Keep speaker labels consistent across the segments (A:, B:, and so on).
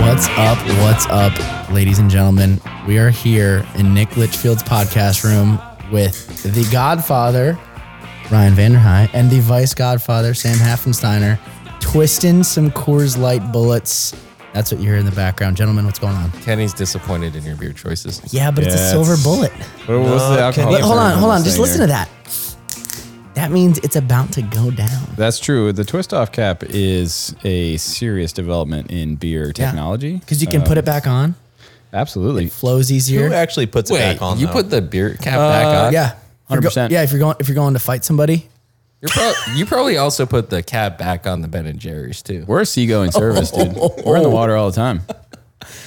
A: What's up? What's up, ladies and gentlemen? We are here in Nick Litchfield's podcast room with the Godfather, Ryan Vanderhei, and the Vice Godfather, Sam Haffensteiner, twisting some Coors Light bullets. That's what you hear in the background. Gentlemen, what's going on?
B: Kenny's disappointed in your beer choices.
A: Yeah, but it's a
C: Yeah,
A: silver
C: it's-
A: bullet.
B: What was
C: No,
B: the alcohol?
C: Kenny-
A: Wait, hold on,
C: heard
A: hold on. Just
C: this thing
A: listen to that. That means it's about to go down.
C: That's true. The twist off cap is a serious development in beer technology. Uh,
A: Because you can put it back on,
C: Absolutely.
A: flows easier.
D: Who actually puts it
B: Wait,
D: back on?
B: you
D: though?
B: put the beer cap back on?
A: Yeah, If you're go-
C: 100%.
A: Yeah, if you're going if you're going to fight somebody,
B: You're prob- you probably also put the cap back on the Ben and Jerry's too.
C: We're a seagoing service, dude. We're in the water all the time.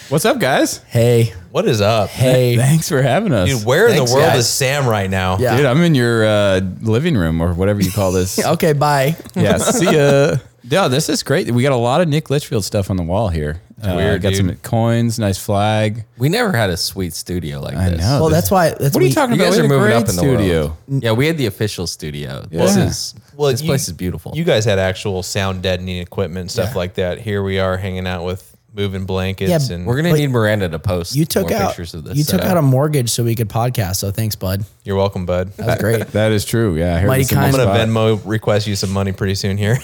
C: What's up, guys?
A: hey,
D: what is up,
A: hey,
C: Thanks for having us.
D: dude? Where in
B: Thanks,
D: the world
B: guys.
D: is Sam right now?
A: Yeah.
C: Dude, I'm in your uh, living room or whatever you call this.
A: okay, bye.
C: yeah, see ya. Yeah, this is great. We got a lot of Nick Litchfield stuff on the wall here. Uh,
B: Weird,
C: Got
B: dude.
C: some coins, nice flag.
B: We never had a sweet studio like
C: I
B: this.
C: know.
A: Well, that's why. That's
C: What are you
A: we-
C: talking
B: You
C: about?
B: guys
C: We
B: are
C: had a
B: moving up
C: great
B: in the
C: studio.
B: world. Yeah, we had the official studio. This
C: Yeah.
B: is
D: Well,
B: this
D: you-
B: place is beautiful.
D: You guys had actual sound deadening equipment and stuff
A: Yeah.
D: like that. Here we are hanging out with moving blankets
A: Yeah,
D: and
B: We're gonna
A: But
B: need Miranda to post
A: You took
B: more
A: out.
B: pictures of this.
A: you took
B: setup.
A: out a mortgage so we could podcast. So thanks, bud.
D: you're welcome, bud.
A: That was great.
C: That is true. Yeah, I heard
A: Mighty
C: it's in the
A: kind.
D: I'm
C: spot.
D: gonna Venmo request you some money pretty soon here.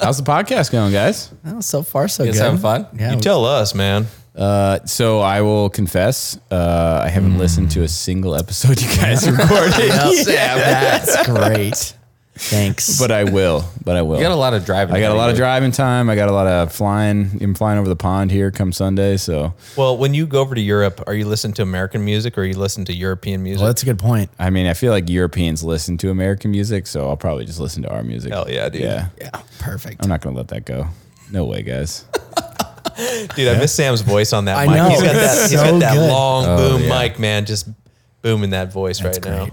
C: How's the podcast going, guys?
A: Well, so far, so
B: You guys
A: good.
B: having fun?
A: Yeah.
D: you
A: we-
D: tell us, man.
C: Uh, so I will confess, uh, I haven't listened to a single episode you guys recorded,
A: yeah, that's great. Thanks.
C: but I will. But I will.
B: You got a lot of driving.
C: I got a
B: to
C: lot of
B: do.
C: driving time. I got a lot of flying. I'm flying over the pond here come Sunday. So
D: Well, when you go over to Europe, are you listening to American music or are you listening to European music?
A: well, that's a good point.
C: I mean, I feel like Europeans listen to American music, so I'll probably just listen to our music.
D: Hell yeah, dude.
C: Yeah,
A: Yeah, perfect.
C: I'm not gonna let that go. No way, guys.
D: Dude, I miss Sam's voice on that
A: I
D: mic.
A: know.
D: He's got that, he's
A: So
D: got that
A: good.
D: long
B: Oh,
D: boom mic, man, just booming that voice right now.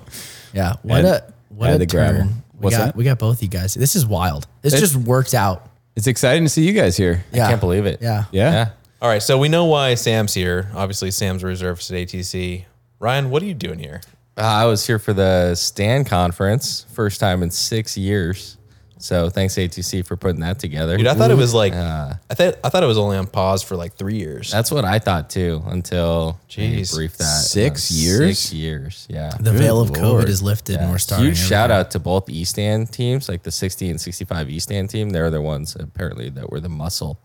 A: Yeah. What
C: Had-
A: a what
C: had
A: a
C: the gravel.
A: turn. We
C: What's
A: got
C: that?
A: we got both you guys. This is wild. This
C: It's-
A: just worked out.
C: It's exciting to see you guys here.
A: Yeah.
B: I can't believe it.
A: Yeah.
C: Yeah.
B: Yeah.
D: All right, so we know why Sam's here. Obviously, Sam's reserves at ATC. Ryan, what are you doing here?
B: Uh, I was here for the Stan conference, first time in six years. So thanks ATC for putting that together.
D: Dude, I thought it was like I thought I thought it was only on pause for like three years.
B: That's what I thought too until
D: Jeez.
B: Jeez, briefed that
C: Six
B: Uh,
C: years?
B: Six years, yeah.
A: The veil of COVID
C: Lord.
A: is lifted and we're starting.
B: Huge shout out to both East End teams, like the 60 and 65 East End team. They're the ones apparently that were the muscle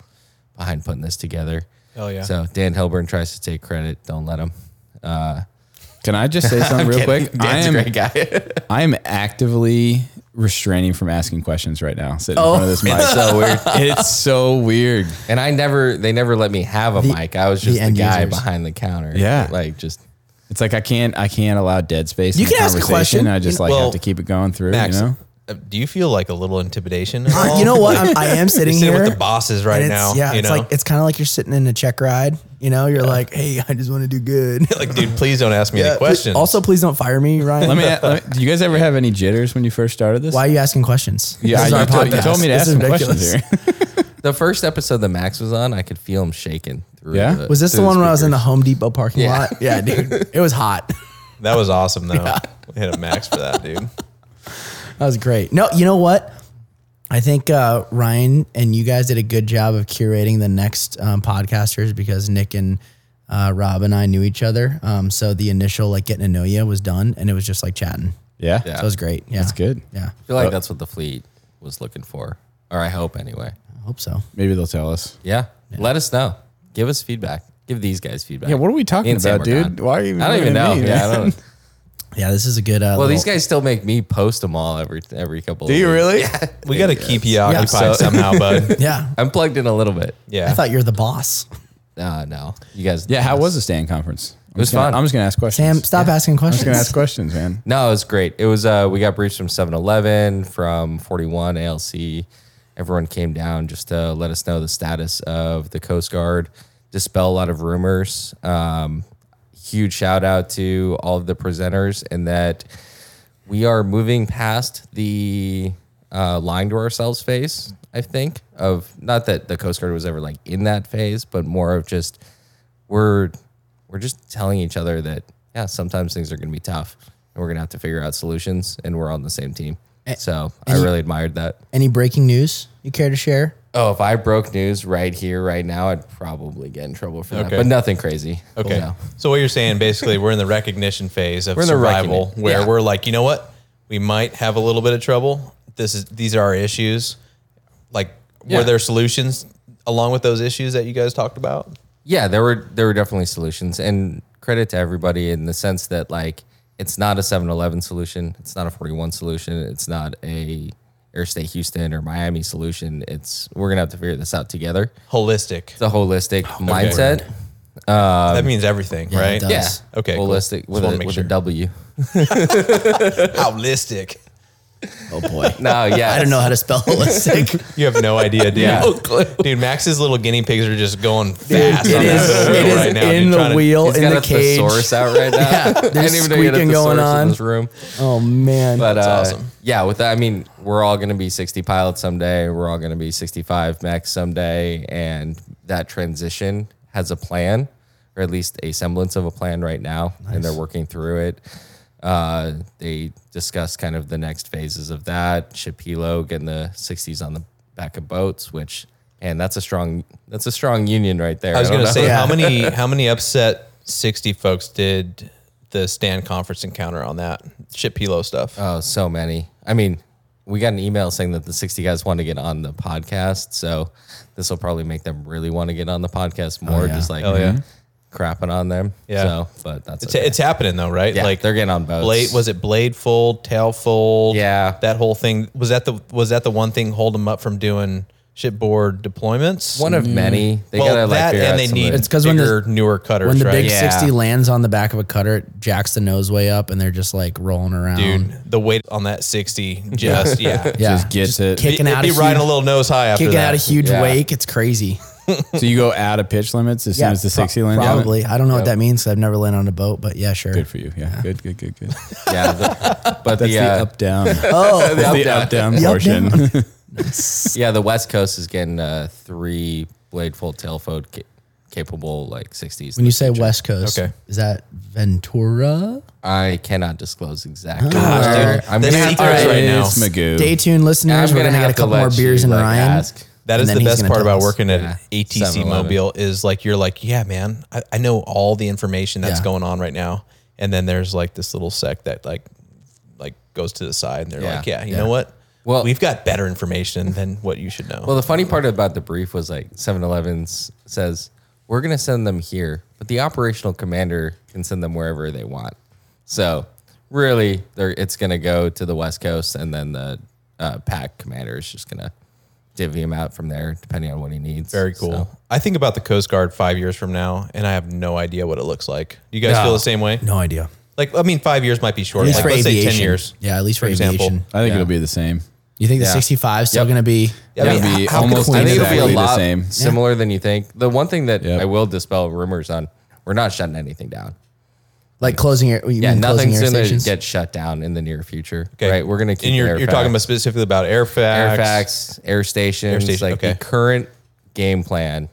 B: behind putting this together.
D: Hell Oh, yeah.
B: So Dan Hilburn tries to take credit. Don't let him. Uh,
C: Can I just say something real quick? I
B: Dan's
C: am
B: a great guy.
C: I am actively restraining from asking questions right now. Sitting
A: Oh.
C: in front of this mic, it's so weird. It's so weird.
B: and I never, they never let me have a
A: The-
B: mic. I was
A: the
B: just the,
A: end
B: guy
A: users.
B: behind the counter.
C: Yeah.
B: Like just,
C: It's like I can't I can't allow dead space.
A: You
C: in the
A: can ask a
C: conversation.
A: question.
C: I just like
D: Well,
C: have to keep it going through.
D: Max,
C: You know,
D: uh, do you feel like a little intimidation? at all?
A: Uh, You know what? I'm, I am
D: You're
A: sitting
D: sitting
A: here
D: with the bosses right
A: and it's,
D: now.
A: Yeah,
D: you
A: it's
D: know?
A: like it's kind of like you're sitting in a check ride. You know, you're like, hey, I just want to do good.
D: like, dude, please don't ask me
A: Yeah,
D: any
A: pl-
D: questions.
A: Also, please don't fire me, Ryan.
C: let me, let me. Do you guys ever have any jitters when you first started this?
A: Why are you asking questions?
C: Yeah,
A: This is
C: I,
A: our
C: you, told, you
A: podcast.
C: told me to
A: This
C: ask
A: is
C: some
A: ridiculous.
C: questions here.
B: the first episode that Max was on, I could feel him shaking. Through
C: Yeah?
B: The,
A: Was this the
B: through
A: one where I was in the
B: speakers.
A: Home Depot parking
B: Yeah.
A: lot? Yeah, dude, it was hot.
D: that was awesome though. We hit a max for that, dude.
A: That was great. No, you know what? I think uh, Ryan and you guys did a good job of curating the next um, podcasters because Nick and uh, Rob and I knew each other. Um, so the initial like getting to know you was done, and it was just like chatting.
C: yeah,
A: So it was great. Yeah,
C: that's good.
A: Yeah,
B: I feel
C: Uh,
B: like that's what the fleet was looking for, or I hope anyway.
A: I hope so.
C: Maybe they'll tell us.
B: Yeah. Let us know. Give us feedback. Give these guys feedback.
C: Yeah, what are we talking
B: And Sam
C: about,
B: are
C: dude?
B: gone.
C: Why are you?
B: I don't
C: looking
B: even
C: at
B: know.
C: me,
B: yeah, I
C: man?
B: don't,
A: Yeah, this is a good. Uh,
B: well,
A: little-
B: these guys still make me post them all every every couple.
C: Do you
B: of weeks.
C: really?
D: We got to keep you occupied
B: So-
D: somehow, bud.
A: Yeah,
B: I'm plugged in a little bit.
D: Yeah.
A: I thought you're the boss.
B: Uh, no, you guys.
C: Yeah. How was the stand conference? It
B: was fun.
C: I'm just gonna ask questions.
A: Sam, stop asking
C: I'm just
A: questions.
C: gonna ask questions, man.
B: No, it was great. It was. Uh, we got briefs from 7-Eleven, from 41 ALC. Everyone came down just to let us know the status of the Coast Guard, dispel a lot of rumors. Um, huge shout out to all of the presenters, and that we are moving past the uh, lying to ourselves phase. I think of not that the Coast Guard was ever like in that phase, but more of just we're we're just telling each other that yeah, sometimes things are going to be tough, and we're going to have to figure out solutions, and we're on the same team. So I really admired that.
A: Any breaking news you care to share?
B: Oh, if I broke news right here, right now, I'd probably get in trouble for that.
D: Okay.
B: But nothing crazy.
D: Okay.
B: No.
D: So what you're saying basically we're in the recognition phase of
B: in the
D: survival
B: recogni-
D: where
B: yeah.
D: we're like, you know what? We might have a little bit of trouble. This is these are our issues. Like
B: Yeah.
D: were there solutions along with those issues that you guys talked about?
B: Yeah, there were there were definitely solutions, and credit to everybody in the sense that like it's not a 7-Eleven solution, it's not a forty one solution, it's not a Air State Houston or Miami solution. It's we're gonna have to figure this out together.
D: Holistic.
B: It's a holistic mindset.
D: that means everything,
A: it
D: right?
A: does.
B: Yeah.
A: Nice.
D: Okay, cool.
B: Holistic with,
D: Just wanna
B: a,
D: make
B: with
D: sure.
B: a W.
D: Holistic.
A: Oh boy.
B: No, yeah.
A: I don't know how to spell holistic.
D: You have no idea, dude.
B: Yeah.
D: Dude, Max's little guinea pigs are just going fast.
A: it
D: on that
A: is,
D: little
A: it
D: wheel
A: is
D: right now,
A: in
D: dude, trying
A: the
D: to-
A: wheel,
B: He's
A: in
B: got
A: the
B: a
A: cage.
B: thesaurus out right now.
A: Yeah, there's squeaking going
B: thesaurus
A: on.
B: in this room.
A: Oh man.
B: But uh,
D: awesome.
B: yeah, with that, I mean, we're all going to be 60 pilots someday. We're all going to be 65 max someday. And that transition has a plan, or at least a semblance of a plan right now. And they're working through it. Uh, they discuss kind of the next phases of that. Shapilo getting the 60s on the back of boats, which, and that's a strong, that's a strong union right there.
D: I was
B: don't
D: going to
B: know.
D: say
A: Yeah.
D: how many how many upset sixty folks did the stand conference encounter on that ship pilo stuff.
B: Oh, so many. I mean, we got an email saying that the 60 guys want to get on the podcast. So this will probably make them really want to get on the podcast more,
A: Oh, yeah.
B: just like
D: Hell Oh, yeah.
B: crapping on them.
D: Yeah.
B: So, but that's
D: it's,
B: okay.
D: it's happening though, right?
B: yeah,
D: like
B: they're getting on boats.
D: blade was it blade fold, tail fold?
B: Yeah.
D: that whole thing was that the was that the one thing holding them up from doing shipboard deployments?
B: one of many. They
D: well,
B: gotta like
D: that
B: figure
D: and
B: out
D: they
B: some
D: need
B: of
A: It's
B: the-
A: 'cause when
D: bigger, newer cutters,
A: when the
D: right?
A: big
B: Yeah.
A: 60 lands on the back of a cutter, it jacks the nose way up and they're just like rolling around.
D: Dude, the weight on that sixty just yeah,
A: yeah.
C: Just gets it.
A: Kicking
D: It'd
A: out
D: be
A: a
D: riding a
A: huge,
D: little nose high after
A: kicking
D: that.
A: out a huge
B: Yeah.
A: wake. It's crazy.
C: So you go out of pitch limits as soon as the
A: pro-
C: 60 lands on it?
A: Probably. I don't know what that means 'cause I've never landed on a boat, but yeah, sure.
C: Good for you. Yeah. Good, good, good, good.
B: yeah, the- but
C: That's
B: the,
C: the
B: uh,
C: up down.
A: Oh,
C: That's the up down
A: The up
C: portion.
B: yeah, the West Coast is getting uh, three blade full tail fold ca- capable like 60s.
A: when you say West Coast,
D: Okay.
A: is that Ventura?
B: I cannot disclose exactly.
A: Gosh,
B: where.
A: dude.
B: I'm
D: The
B: gonna have to-
D: secret is right now.
C: It's Magoo.
A: Stay tuned,
B: I'm
A: listeners. We're
B: gonna
A: going to get
B: have
A: a
B: to
A: couple
B: let
A: more beers
B: you,
A: in
B: like,
A: Ryan.
B: ask.
D: That
A: and
D: is
A: then he's
D: the best
A: gonna
D: part
A: tell
D: about
A: us.
D: working at
B: Yeah.
D: ATC
B: 7-Eleven.
D: Mobile is like you're like, yeah, man, I, I know all the information that's
A: Yeah.
D: going on right now. And then there's like this little sec that like like goes to the side and they're
B: Yeah.
D: like, Yeah, you
B: Yeah.
D: know what?
B: Well-
D: Well we've got better information than what you should know.
B: Well, the funny part about the brief was like 7 Eleven says, we're going to send them here, but the operational commander can send them wherever they want. So, really, they're, it's going to go to the West Coast, and then the uh, pack commander is just going to divvy him out from there, depending on what he needs.
D: Very cool.
B: So,
D: I think about the Coast Guard five years from now and I have no idea what it looks like. Do you guys
B: No.
D: feel the same way?
A: No idea.
D: Like I mean five years might be short.
A: At least
D: Like
A: for
D: let's
A: aviation.
D: say ten years.
A: Yeah, at least for,
D: for
A: aviation.
D: example.
C: I think it'll be the same.
A: You think the
B: Yeah.
A: 65 is still
B: Yep.
A: going to be?
D: Yeah,
C: It'll
D: mean,
C: be
D: how- how
C: almost
D: clean
B: I think it'll be
C: exactly
B: a
C: the
B: lot
C: same.
B: similar than you think. The one thing that
C: Yep.
B: I will dispel rumors on, we're not shutting anything down.
A: Like closing air. You
B: Yeah,
A: mean closing
B: nothing's
A: air
B: going to
A: stations?
B: get shut down in the near future. Right? We're going to keep
D: And you're,
B: air
D: you're talking
B: fax.
D: about specifically about Airfax.
B: Airfax, air stations,
D: station,
B: like
D: okay.
B: the current game plan,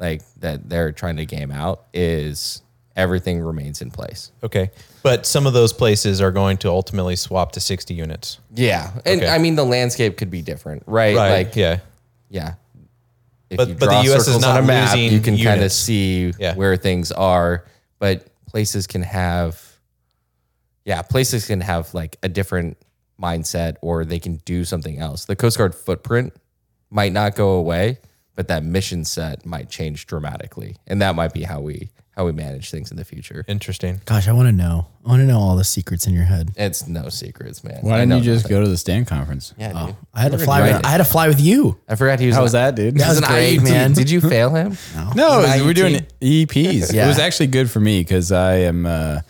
B: like that they're trying to game out is everything remains in place.
D: Okay. But some of those places are going to ultimately swap to 60 units.
B: Yeah, and
D: Okay.
B: I mean the landscape could be different, right?
D: Right.
B: Like, yeah,
D: yeah.
B: If
D: But-
B: you
D: but the
B: draw
D: US is
B: circles
D: not
B: on a map,
D: losing
B: you can kind of
D: units.
B: see
D: Yeah.
B: where things are, but places can have, yeah, places can have like a different mindset, or they can do something else. The Coast Guard footprint might not go away, but that mission set might change dramatically, and that might be how we how we manage things in the future.
D: Interesting.
A: Gosh, I want to know. I want to know all the secrets in your head.
B: It's no secrets, man.
C: Why
B: I
C: didn't
B: know
C: you just
B: nothing.
C: go to the stand conference?
B: Yeah, dude.
A: Oh, I had to
B: We're
A: fly.
B: gonna
A: With,
B: write
A: I
B: it.
A: had to fly with you.
B: I forgot he was.
C: How
B: an-
C: was that, dude?
A: That was
B: He's an
A: great,
B: IED.
A: man.
B: Did you fail him?
C: No,
B: An
C: we're doing
B: IET.
C: EPs.
A: Yeah.
C: It was actually good for me because I am uh,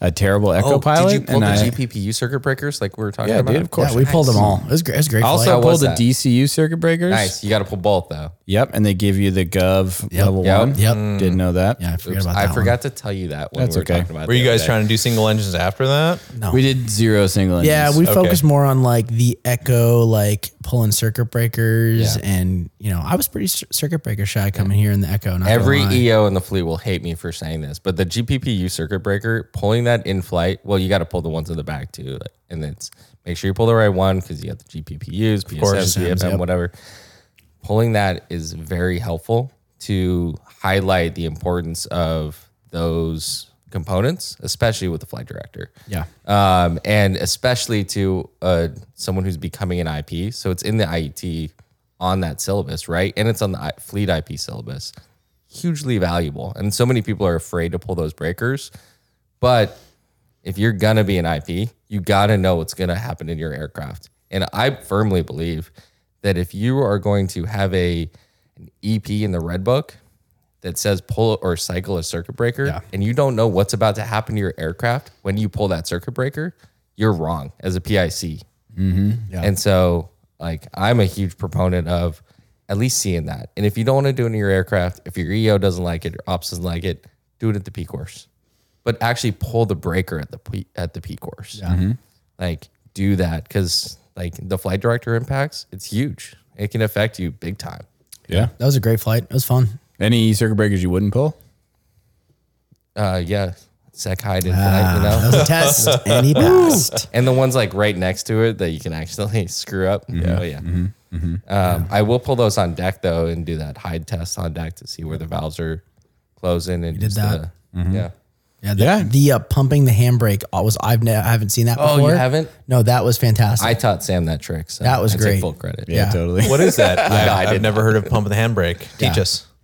C: a terrible echo pilot.
B: Oh, did you pull
C: and
B: the
C: I,
B: GPPU circuit breakers like we were talking
C: Yeah,
B: about?
C: dude, of course.
A: Yeah, we pulled them all. It was great. It was a great.
C: also
A: flight.
B: How was
C: pulled the
B: that?
C: DCU circuit breakers.
B: Nice. You got to pull both though.
C: Yep, and they give you the Gov level
B: Yep.
C: one.
A: Yep.
C: Didn't know that.
A: yeah, I forgot
B: Oops,
A: about that.
B: I
A: one.
B: forgot to tell you that when
C: That's
B: we were
C: okay.
B: talking about.
D: Were you guys trying to do single engines after that?
A: No.
C: We did zero single engines.
A: Yeah, we
D: Okay.
A: focused more on like the echo, like pulling circuit breakers,
B: Yeah.
A: and you know, I was pretty cir- circuit breaker shy coming here in the echo. Not
B: Every e
A: gonna lie.
B: EO in the fleet will hate me for saying this, but the GPPU circuit breaker pulling that in flight. Well, you got to pull the ones in the back too, like, and it's make sure you pull the right one because you got the GPPUs, PSM,
A: course.
B: BFM,
A: Yep.
B: whatever. pulling that is very helpful to highlight the importance of those components, especially with the flight director.
A: Yeah.
B: Um, and especially to uh, someone who's becoming an IP. So it's in the IET on that syllabus, right? And it's on the I- fleet IP syllabus. Hugely valuable. And so many people are afraid to pull those breakers. But if you're gonna be an IP, you gotta know what's gonna happen in your aircraft. And I firmly believe that if you are going to have a an EP in the red book that says pull or cycle a circuit breaker, and you don't know what's about to happen to your aircraft when you pull that circuit breaker, you're wrong as a PIC. And so, like, I'm a huge proponent of at least seeing that. And if you don't want to do it in your aircraft, if your EO doesn't like it, your ops doesn't like it, do it at the P course. But actually pull the breaker at the P, at the P course. Like, do that because like the flight director impacts, it's huge. It can affect you big time.
C: Yeah.
A: That was a great flight. It was fun.
C: Any circuit breakers you wouldn't pull?
B: Uh, yeah, sec high did flight, you know.
A: That was a test, and he passed.
B: and the ones like right next to it that you can accidentally screw up.
A: Mm-hmm,
B: Yeah, yeah. Um, I will pull those on deck though and do that hide test on deck to see where the valves are closing and
A: did
B: just
A: that? Mm-hmm.
B: the- yeah.
A: Yeah, the,
C: Yeah.
A: the uh, pumping the handbrake uh, was I've ne- I haven't seen that
B: Oh, you
A: before.
B: haven't?
A: No, that was fantastic.
B: I taught Sam that trick. So
A: That was
B: I take
A: great.
B: Full credit.
A: Yeah.
C: totally.
D: What is that?
B: No, I
D: I, have
B: didn't.
D: never heard of pumping the handbrake. Teach us.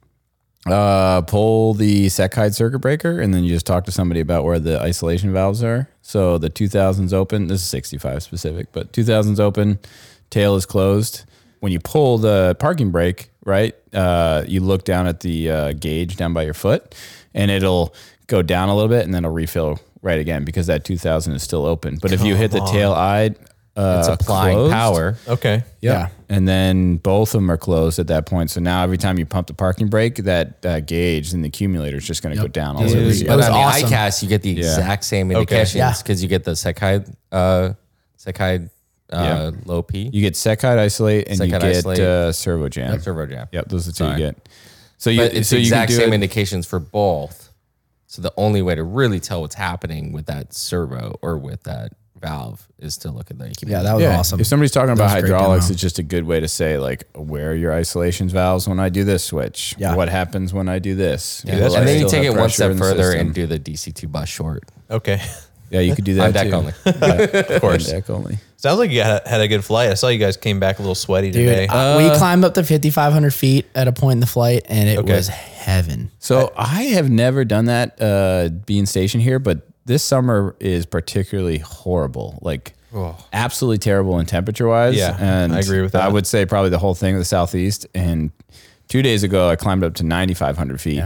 C: Uh, pull the sec hide circuit breaker, and then you just talk to somebody about where the isolation valves are. So the 2000s open. This is 65 specific, but 2000s open, tail is closed. When you pull the parking brake, right, uh, you look down at the uh, gauge down by your foot, and it'll go down a little bit, and then it'll refill right again because that 2000 is still open. But if you hit the tail eye, uh,
B: It's applying
C: closed,
B: power.
D: Okay.
C: Yeah. And then both of them are closed at that point. So now every time you pump the parking brake, that uh, gauge in the accumulator is just going to go down all over
B: Dude,
C: the
B: but
A: was
B: on
A: awesome.
B: the ICAST, you get the exact same
A: Yeah.
B: indications because you get the sec hide, uh, sec hide, uh, low P.
C: You get sec hide isolate and
B: Sec hide
C: you
B: isolate.
C: get uh, servo jam.
B: servo jam.
C: Yep, those are the two
B: Sorry.
C: you get. So you
B: but it's
C: so
B: the
C: you can
B: exact
C: do
B: same
C: it-
B: indications for both. So the only way to really tell what's happening with that servo or with that valve is to look at the E
A: yeah,
B: accumulator.
A: that was awesome.
C: If somebody's talking about
A: was a great
C: hydraulics,
A: demo.
C: it's just a good way to say like where are your isolation valves when I do this switch.
A: Yeah.
C: What happens when I do this? Will I
B: and then you
C: still
B: take
C: have
B: it one
C: pressure
B: step
C: in the
B: further and
C: system?
B: do the DC2 bus short
D: Okay.
C: yeah, you could do that
B: on deck
C: too.
B: only.
D: Of
C: On
D: course.
C: deck only.
D: Sounds like you had a, had a good flight. I saw you guys came back a little sweaty today.
A: Dude, uh, we climbed up to 5,500 feet at a point in the flight, and it was heaven.
C: So I have never done that uh, being stationed here, but this summer is particularly horrible. Like absolutely terrible in temperature wise.
D: Yeah,
C: and
D: I agree with
C: I
D: that.
C: would say probably the whole thing of the southeast. And two days ago, I climbed up to ninety five hundred feet.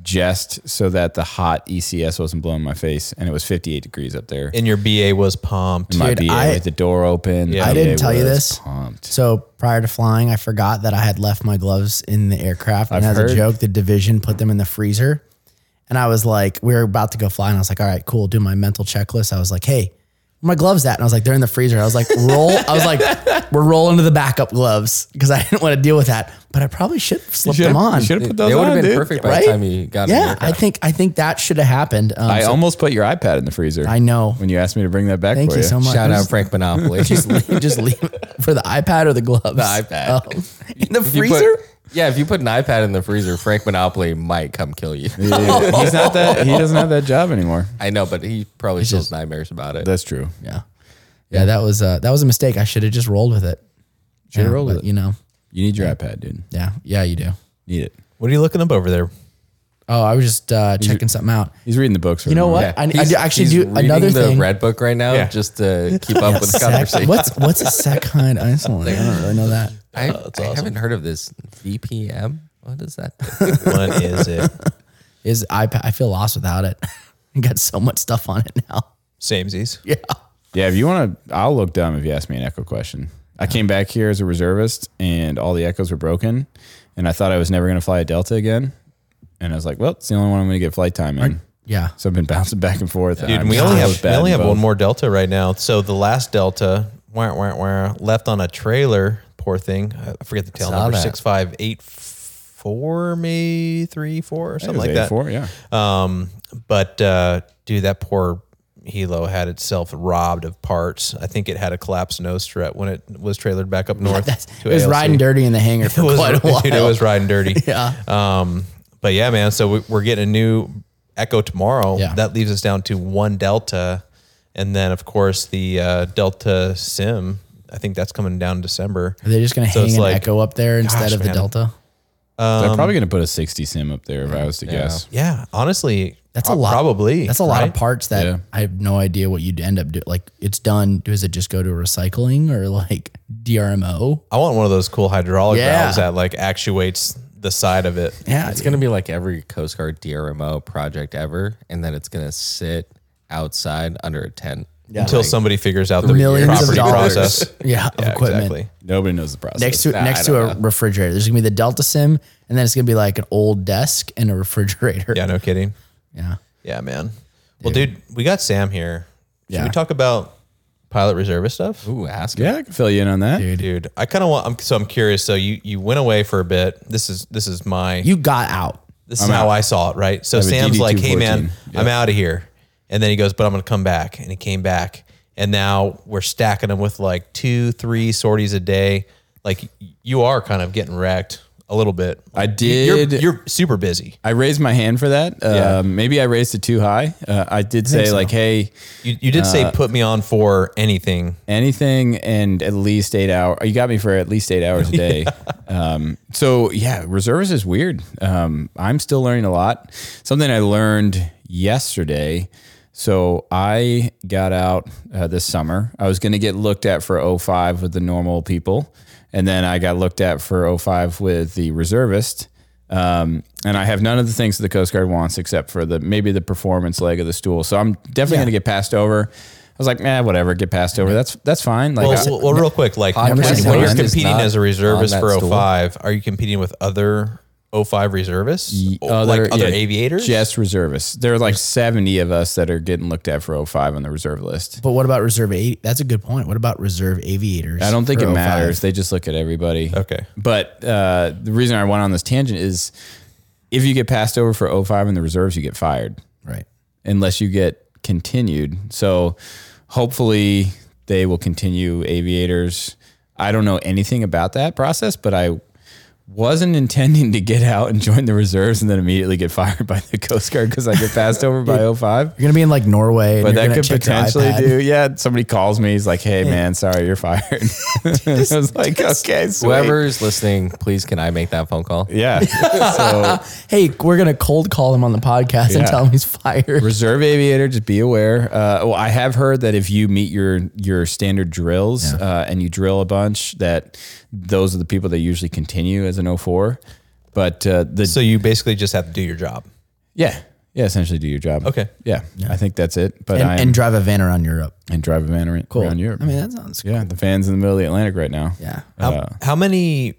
C: Just so that the hot ECS wasn't blowing my face, and it was 58 degrees up there.
D: and your BA was pumped.
C: my
A: Dude,
C: BA
A: I-
C: with the door open.
D: Yeah.
C: my
D: I
A: didn't
C: BA
A: tell you
C: was
A: this.
C: Pumped.
A: So prior to flying, I forgot that I had left my gloves in the aircraft. And
C: I've
A: as a
C: heard.
A: joke, the division put them in the freezer. And I was like, we were about to go fly, and I was like, all right, cool, do my mental checklist. I was like, hey, where my gloves at? And I was like, they're in the freezer. I was like, roll. I was like, we're rolling to the backup gloves because I didn't want to deal with that. But I probably should have slipped them on.
C: Should have put those
B: They would
C: on,
B: have been
C: dude.
B: perfect by
A: Right?
B: the time you got
A: Yeah,
B: it.
A: I think I think that should have happened. Um,
C: I
A: so
C: almost put your iPad in the freezer.
A: I know.
C: When you asked me to bring that back
A: Thank
C: for
A: you so much.
B: Shout
A: I
B: out
A: just-
B: Frank Monopoly.
A: just leave, just leave it for the iPad or the gloves. The
B: iPad.
A: in the
B: If you put-
A: freezer.
B: yeah, if you put an iPad in the freezer, Frank Monopoly might come kill you.
C: Yeah, he's not that. He doesn't have that job anymore.
B: I know, but he probably feels nightmares about it.
C: That's true.
A: yeah, yeah. That was uh, that was a mistake. I should have just rolled with it.
C: Should
A: Yeah,
C: have rolled
A: but,
C: with it.
A: You know.
C: You need your iPad, dude.
A: Yeah. Yeah. You do.
C: Need it.
D: What are you looking up over there?
A: Oh, I was just uh, checking something out.
C: He's reading the books. Right
A: You know
C: now.
A: what?
B: Yeah,
A: I, I
B: he's-
A: do actually
B: he's
A: do
B: reading
A: another
B: the
A: thing.
B: red book right now
D: Yeah.
B: just to keep up with the
A: Sec-
B: conversation.
A: what's what's a sec hind isolate? I don't really know that.
B: I, I haven't heard of this VPM. What is that?
D: What is it?
A: Is iPad? I feel lost without it. I got so much stuff on it now.
D: Samesies.
A: Yeah.
C: Yeah, if you want to, I'll look dumb if you ask me an echo question. I came back here as a reservist, and all the echoes were broken, and I thought I was never going to fly a Delta again, and I was like, well, it's the only one I'm going to get flight time in.
A: Yeah.
C: So I've been bouncing back and forth.
D: Dude,
C: I'm
D: we only
C: so
D: have we
C: bad
D: only
C: in
D: have
C: both.
D: one more Delta right now. So the last Delta, wah, wah, wah, left on a trailer. Poor thing. I forget the tail
B: Saw
D: number.
B: that.
D: Six five eight four, maybe three four or
C: It
D: something
C: was
D: like that.
C: A4, yeah.
D: Um, but uh, dude, that poor Hilo had itself robbed of parts. I think it had a collapsed nose strut when it was trailered back up north.
A: That's,
D: to
A: it was
D: ALC.
A: riding dirty in the hangar for
D: It was-
A: quite a while.
D: Dude, it was riding dirty.
A: yeah.
D: Um, but yeah, man. So we, we're getting a new Echo tomorrow.
A: Yeah.
D: That leaves us down to one Delta, and then of course the uh, Delta Sim. I think that's coming down in December.
A: Are they just going to
D: So
A: hang
D: it's
A: an
D: like,
A: Echo up there instead
D: gosh,
A: of the
D: man.
A: Delta?
C: They're probably going to put a 60 sim up there if I was to guess.
D: Um, Yeah, honestly,
A: That's a
D: prob-
A: lot.
D: Probably
A: That's a lot
D: right?
A: of parts that
C: Yeah.
A: I have no idea what you'd end up doing. Like, it's done. Does it just go to recycling or like DRMO?
D: I want one of those cool hydraulic
A: Yeah.
D: valves that like actuates the side of it.
A: Yeah.
B: It's going to be like every Coast Guard DRMO project ever, and then it's going to sit outside under a tent. Yeah.
D: Until somebody figures out the
A: millions of
D: property
A: dollars.
D: process.
A: Yeah, of
D: Yeah,
A: equipment.
D: exactly.
C: Nobody knows the process.
A: Next to next to a refrigerator, there's gonna be the Delta Sim, and then it's gonna be like an old desk and a refrigerator.
D: Yeah, no kidding.
A: yeah.
D: Yeah, man. Well, dude, we got Sam here. Should
A: Yeah.
D: we talk about pilot reservist stuff?
B: Ooh, ask
C: yeah, I can fill you in on that.
D: Dude, I kind of want. I'm, so I'm curious. So you you went away for a bit. This is this is my
A: You got out.
D: this is how I saw it. Right. So
C: have a
D: Sam's
C: DD
D: like, "Hey man,
C: 214.
D: I'm out of here," and then he goes, "But I'm gonna come back," and he came back, and now we're stacking him with like two, three sorties a day. Like you are kind of getting wrecked a little bit.
C: I
D: You're,
C: did.
D: you're super busy.
C: I raised my hand for that.
D: Yeah.
C: Uh, maybe I raised it too high. Uh, I did say like, hey,
D: You, you did say put me on for anything.
C: anything and at least eight hours. You got me for at least eight hours a day. um, so yeah, reservists is weird. Um, I'm still learning a lot. Something I learned yesterday. So I got out uh, this summer. I was going to get looked at for 05 with the normal people. And then I got looked at for 05 with the reservist. Um, and I have none of the things that the Coast Guard wants except for the maybe the performance leg of the stool. So I'm definitely going to get passed over. I was like, man, whatever, get passed over. That's that's fine. Like,
D: Well,
C: I-
D: well, well, real quick, like
B: Podcast
D: when you're- when you're
B: one is
D: competing
B: not
D: as a reservist
B: on that
D: for
B: stool.
D: 05, are you competing with other 05 reservists? O- like other
C: yeah,
D: aviators?
C: just reservists. There are like seventy of us that are getting looked at for 05 on the reserve list.
A: But what about reserve eight? That's a good point. What about reserve aviators?
C: I don't think
A: for
C: it
A: 05?
C: matters. They just look at everybody.
D: oh Okay.
C: But uh, the reason I went on this tangent is if you get passed over for 05 in the reserves, you get fired
A: Right.
C: unless you get continued. So hopefully they will continue aviators. I don't know anything about that process, but I wasn't intending to get out and join the reserves and then immediately get fired by the Coast Guard because I get passed over by 05.
A: You're gonna be in like Norway,
C: But
A: and
C: that
A: you're
C: could
A: gonna check your
C: potentially
A: iPad.
C: do, yeah. Somebody calls me, he's like, "Hey, man, sorry, you're fired." I was like, "Okay, sweet.
B: Whoever's listening, please can I make that phone call?
C: yeah." so
A: Hey, we're gonna cold call him on the podcast and
C: Yeah.
A: tell him he's fired.
C: reserve aviator, just be aware. Uh, well, I have heard that if you meet your your standard drills uh, and you drill a bunch, that those are the people that usually continue as an 04. But uh, the
D: So you basically just have to do your job.
C: yeah yeah essentially do your job.
D: Okay.
C: Yeah, I think that's it. But
A: and,
C: I'm,
A: and drive a van around Europe.
C: and drive a van around, around Europe.
A: I mean, that sounds
C: yeah, the van's in the middle of the Atlantic right now.
A: yeah.
D: How, how many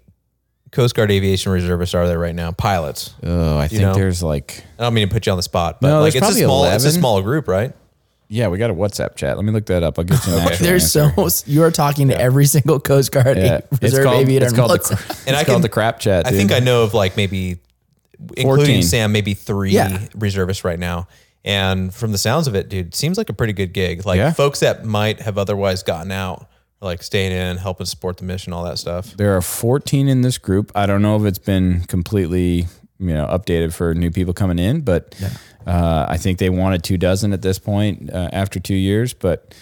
D: Coast Guard aviation reservists are there right now? Pilots.
C: Oh, I think
D: know.
C: there's like
D: I don't mean to put you on the spot, but
C: No,
D: like
C: there's
D: it's a
C: probably
D: small it's a
C: 11.
D: small group, right?
C: yeah, we got a WhatsApp chat. Let me look that up. I'll get you an actual
A: There's so
C: answer.
A: you are talking to every single Coast Guard
C: yeah.
A: reserve
C: it's called,
A: aviator.
C: it's
A: on
C: called the,
A: WhatsApp.
C: cra- it's
D: And I
C: called
D: can-
C: the crap chat.
D: I think
C: dude.
D: I know of like maybe, including
C: 14.
D: Sam, maybe three
A: Yeah.
D: reservists right now. And from the sounds of it, dude, seems like a pretty good gig. Like
C: Yeah.
D: folks that might have otherwise gotten out, like staying in, helping support the mission, all that stuff.
C: There are 14 in this group. I don't know if it's been completely, you know, updated for new people coming in, but uh, I think they wanted two dozen at this point uh, after two years. But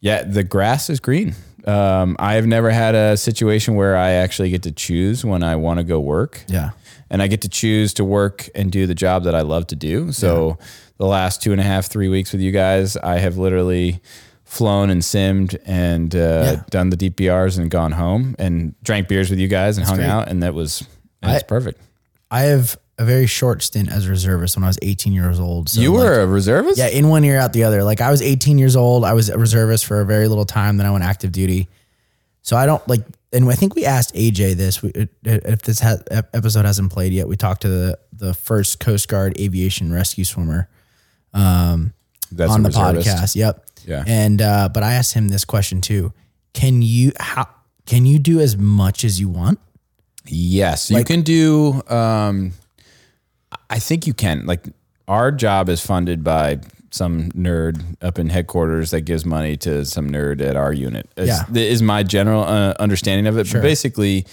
C: yeah, the grass is green. Um, I have never had a situation where I actually get to choose when I want to go work.
A: Yeah.
C: And I get to choose to work and do the job that I love to do. So the last two and a half, three weeks with you guys, I have literally flown and simmed and uh, done the DPRs and gone home and drank beers with you guys and hung out. And that was that's perfect.
A: I have a very short stint as a reservist when I was 18 years old. So
C: You
A: like-
C: were a reservist?
A: yeah, in one ear out the other. Like I was 18 years old. I was a reservist for a very little time. Then I went active duty. So I don't like. And I think we asked AJ this. We, it- it- if this ha- ep- episode hasn't played yet, we talked to the the first Coast Guard aviation rescue swimmer
C: That's
A: on the
C: a reservist.
A: podcast. Yep.
C: Yeah.
A: And uh, but I asked him this question too. Can you how can you do as much as you want?
C: Yes, you can do. Um, I think you can. Like our job is funded by some nerd up in headquarters that gives money to some nerd at our unit. Is,
A: Yeah.
C: th- is my general uh, understanding of it. But basically,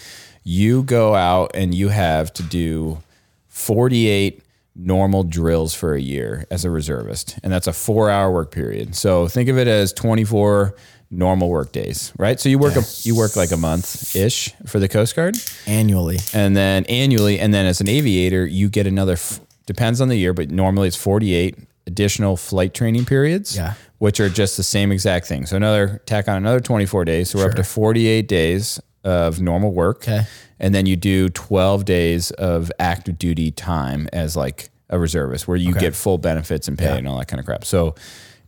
C: you go out and you have to do 48 normal drills for a year as a reservist, and that's a four hour work period. So think of it as 24 normal work days, right? So you work a, you work like a month ish for the Coast Guard
A: annually.
C: and then annually and then as an aviator you get another f- depends on the year but normally it's 48 additional flight training periods
A: Yeah.
C: which are just the same exact thing so another tack on another 24 days so we're up to 48 days of normal work
A: Okay.
C: and then you do 12 days of active duty time as like a reservist where you get full benefits and pay and all that kind of crap so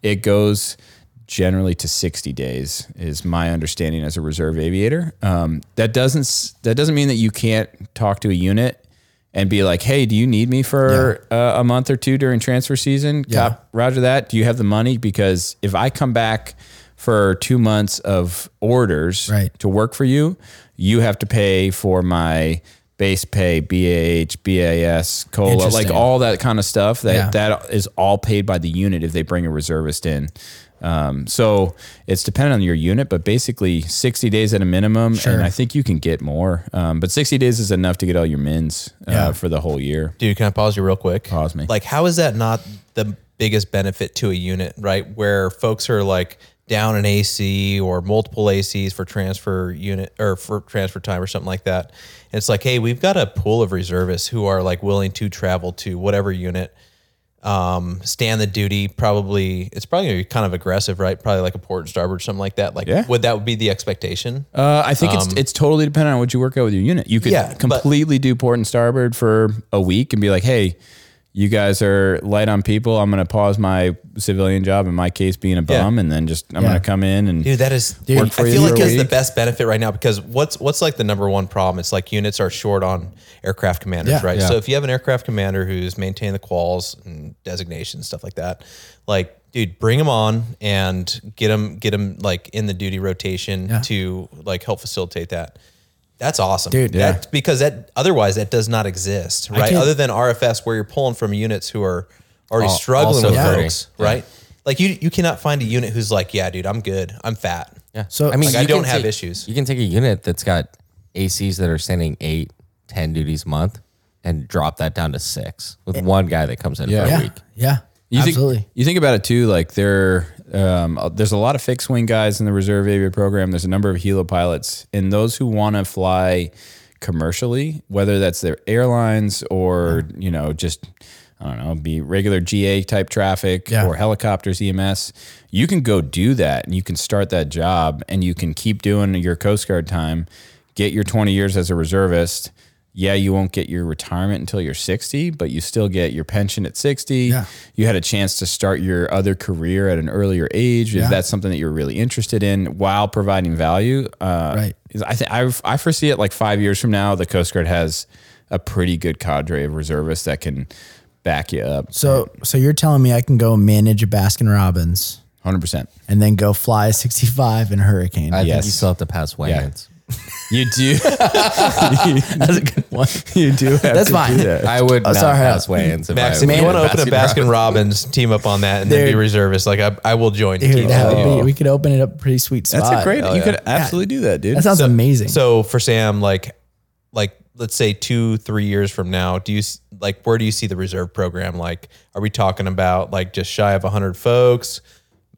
C: it goes generally to 60 days is my understanding as a reserve aviator um, that doesn't s- that doesn't mean that you can't talk to a unit and be like hey do you need me for uh, a month or two during transfer season
A: Yeah.
C: Cop, roger that do you have the money because if i come back for two months of orders
A: Right.
C: to work for you, you have to pay for my base pay, BAH, BAS, COLA, like
A: Interesting.
C: all that kind of stuff. That
A: Yeah.
C: that is all paid by the unit if they bring a reservist in. Um, so it's dependent on your unit, but basically 60 days at a minimum, and I think you can get more. Um, but 60 days is enough to get all your mins uh,
A: Yeah.
C: for the whole year.
D: Dude, can I pause you real quick?
C: Pause me.
D: Like, how is that not the biggest benefit to a unit, right? Where folks are like down an AC or multiple ACs for transfer unit or for transfer time or something like that. And it's like, hey, we've got a pool of reservists who are like willing to travel to whatever unit, um, stand the duty. Probably, it's probably gonna be kind of aggressive, right? Probably like a port and starboard, something like that. Like,
C: Yeah.
D: would that be the expectation?
C: Uh, I think it's it's totally dependent on what you work out with your unit. You could
D: Um, Yeah, but-
C: completely do port and starboard for a week and be like, hey, you guys are light on people. I'm going to pause my civilian job, in my case being a
D: Yeah.
C: bum, and then just I'm going to come in and
D: Dude, that is.
C: Work for
D: I
C: you
D: feel
C: for
D: like
C: a
D: is the
C: week.
D: best benefit right now because what's what's like the number one problem? It's like units are short on aircraft commanders,
A: Yeah.
D: right? So if you have an aircraft commander who's maintaining the quals and designations stuff like that, like dude, bring them on and get them get them like in the duty rotation to like help facilitate that. That's awesome,
A: Dude, yeah.
D: That, because that otherwise that does not exist, right?
A: can't-
D: Other than RFS, where you're pulling from units who are already
B: Al-
D: struggling
B: also
D: with
B: very-
D: folks, right? Like you, you cannot find a unit who's like, yeah, dude, I'm good, I'm fat.
B: Yeah.
A: So-
D: Like, I
B: you can
D: don't have
B: take-
D: issues.
B: You can take a unit that's got ACs that are standing eight, 10 duties a month and drop that down to six with one guy that comes in for a
A: Yeah.
B: week.
A: Yeah.
C: You
A: absolutely.
C: Think, you think about it too, like there, um, there's a lot of fixed wing guys in the reserve aviator program. There's a number of helo pilots, and those who want to fly commercially, whether that's their airlines or you know just I don't know, be regular GA type traffic
A: Yeah.
C: or helicopters, EMS. You can go do that, and you can start that job, and you can keep doing your Coast Guard time, get your 20 years as a reservist. Yeah, you won't get your retirement until you're 60, but you still get your pension at 60
A: Yeah.
C: you had a chance to start your other career at an earlier age if that's something that you're really interested in while providing value uh,
A: Right.
C: is- i think I've- i foresee it like five years from now the coast guard has a pretty good cadre of reservists that can back you up
A: So, so you're telling me I can go manage a Baskin Robbins
C: 100%
A: and then go fly a 65 in a hurricane.
B: I think
C: Yes.
B: you still have to pass weigh-ins.
C: you do
A: That's a good one.
C: you do have
A: That's
C: to
A: fine.
C: do that.
B: I would
A: Oh,
B: not
A: sorry.
B: pass weigh-ins if
D: Max,
B: I
D: if you
B: was
D: want to
B: in
D: open a Baskin Robbins, team up on that and then be
A: Dude.
D: reservist. Like I, I will join. the
A: Dude,
D: team.
A: that would be, we could open it up a pretty sweet spot.
C: that's a great you could absolutely do that dude
A: That sounds amazing.
D: So for Sam, like, like let's say two, three years from now, do you s- like where do you see the reserve program? Like, are we talking about like just shy of hundred folks,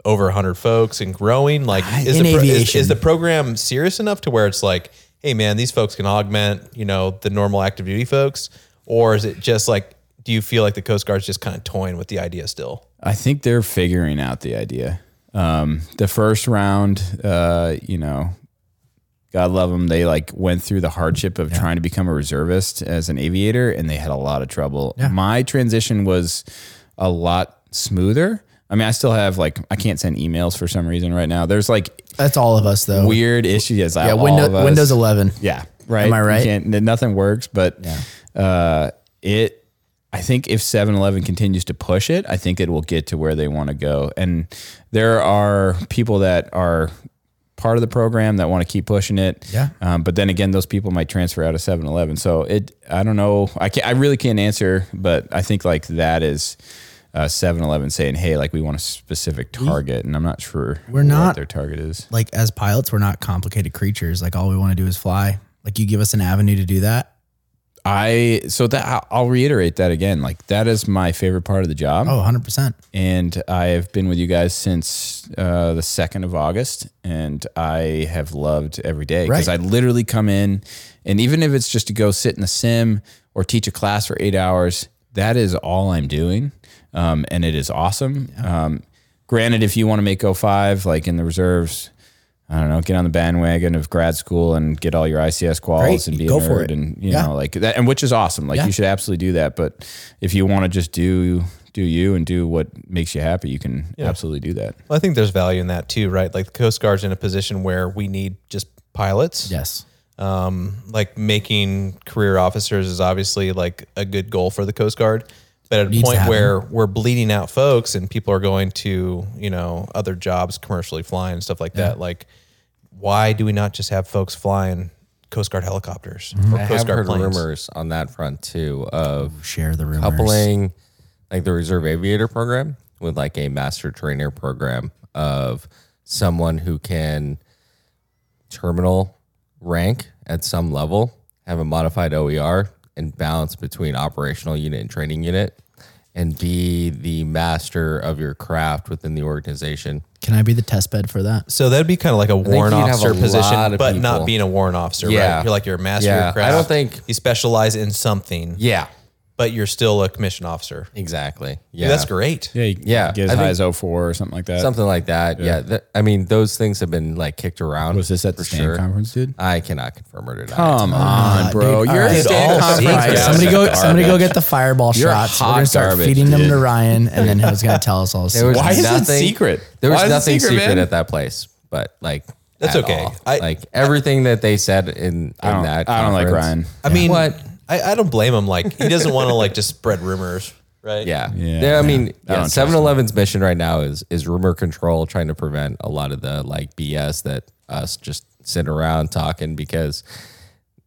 D: over hundred folks, and growing? Like, is
A: Ah, In
D: the, pro- is,
A: aviation.
D: is the program serious enough to where it's like, hey man, these folks can augment, you know, the normal active duty folks, or is it just like, do you feel like the Coast Guard's just kind of toying with the idea still?
C: I think they're figuring out the idea. Um, the first round, uh, you know, God love them. They like went through the hardship of trying to become a reservist as an aviator, and they had a lot of trouble. My transition was a lot smoother. I mean, I still have like I can't send emails for some reason right now. There's like
A: that's all of us though.
C: weird issues.
A: Oh, yeah,
C: Windows.
A: Windows, Windows 11.
C: Yeah. Right.
A: I
C: You
A: right?
C: can't- n- nothing works, but uh, it, I think if 7 Eleven continues to push it, I think it will get to where they want to go. And there are people that are part of the program that want to keep pushing it.
A: Yeah.
C: Um, but then again, those people might transfer out of 7 Eleven. So it, I don't know. I, can't, I really can't answer, but I think like that is 7 Eleven saying, hey, like we want a specific target. And I'm not sure
A: We're not-
C: what their target is.
A: like as pilots, we're not complicated creatures. Like all we want to do is fly. Like you give us an avenue to do that.
C: I, so that I'll- I'll reiterate that again. Like that is my favorite part of the job.
A: Oh, 100%.
C: and I have been with you guys since uh, the second of August, and I have loved every day because
A: Right.
C: I literally come in, and even if it's just to go sit in the sim or teach a class for eight hours, that is all I'm doing, um, and it is awesome. Um, granted, if you want to make 05, like in the reserves, I don't know, get on the bandwagon of grad school and get all your ICS quals
A: Great.
C: and be
A: Go
C: a nerd
A: for it.
C: and you
A: Yeah.
C: know like that, and which is awesome. Like
A: Yeah.
C: you should absolutely do that. But if you want to just do do you and do what makes you happy, you can absolutely do that.
D: Well, I think there's value in that too, right? Like the Coast Guard's in a position where we need just pilots.
A: Yes.
D: Um, like making career officers is obviously like a good goal for the Coast Guard, but at a
A: Needs to
D: point
A: happen.
D: where we're bleeding out folks and people are going to you know other jobs, commercially flying and stuff like that. Like, why do we not just have folks flying Coast Guard helicopters or
B: I
D: Coast
B: have
D: Guard
B: heard
D: planes?
B: rumors on that front too of
A: Share the rumors.
B: coupling like the reserve aviator program with like a master trainer program of someone who can terminal rank at some level, have a modified OER, and balance between operational unit and training unit, and be the master of your craft within the organization.
A: Can I be the test bed for that?
D: So that'd be kind of like a warrant
B: you'd have
D: officer
B: a lot
D: position,
B: of
D: but
B: people.
D: not being a warrant officer,
B: Yeah.
D: right? You're like you're a master
B: Yeah.
D: of craft.
B: I don't think-
D: you specialize in something,
B: Yeah,
D: but you're still a commissioned officer.
B: exactly.
D: Dude,
B: Yeah,
D: that's great.
C: Yeah, you
B: Yeah,
C: Get as
B: I
C: high
B: think-
C: as 04 or something like that.
B: Something like that. Yeah. th- I mean, those things have been like kicked around.
C: was this at the
B: for
C: stand conference, dude?
B: I cannot confirm or deny.
C: Come on, bro.
A: dude,
C: You're
A: all right.
C: at the
D: All
C: conference.
D: right,
C: guys.
A: somebody go! Somebody go get the fireball
C: You're
A: shots. We're
C: hot
A: gonna start
C: garbage,
A: feeding them
C: dude.
A: to Ryan, and then he's gonna tell us all.
B: There was
C: Why is it
B: nothing,
C: secret?
B: There was
C: Why is it
B: nothing
C: secret,
B: secret,
C: man?
B: at that place, but like
D: That's
B: at
D: okay.
B: all.
D: I-
B: like everything that they said in, in
C: I don't,
B: that.
C: I don't like Ryan.
B: conference-
D: I mean,
B: What?
D: I, I don't blame him. Like he doesn't want to like just spread rumors, right?
B: Yeah.
C: Yeah.
B: There- I
C: I
B: mean,
C: don't
B: yeah,
C: trust
B: 7 Eleven's mission right now is is rumor control, trying to prevent a lot of the like BS that us just sitting around talking because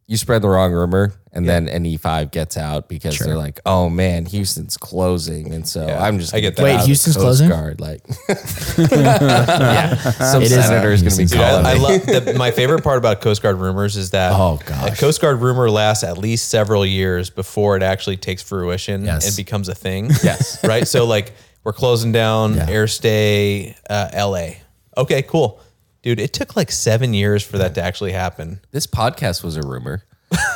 B: you spread the wrong rumor and then an E5 gets out because they're like, oh man, Houston's closing. And so I'm just
D: I
B: gonna
D: get that.
B: get
D: Wait,
B: out of the
A: Houston's
B: Coast
A: closing?
B: Guard. Like, yeah. Some
A: It is
B: senator is going to be
A: Houston's
D: Dude,
B: calling.
D: I, I
B: me.
D: love the, my favorite part about Coast Guard rumors is that
A: Oh, gosh.
D: a Coast Guard rumor lasts at least several years before it actually takes fruition
A: Yes.
D: and becomes a thing.
B: Yes.
D: right? So like we're closing down Airstay uh, LA. Okay, cool. Dude, it took like seven years for that to actually happen.
B: this podcast was a rumor.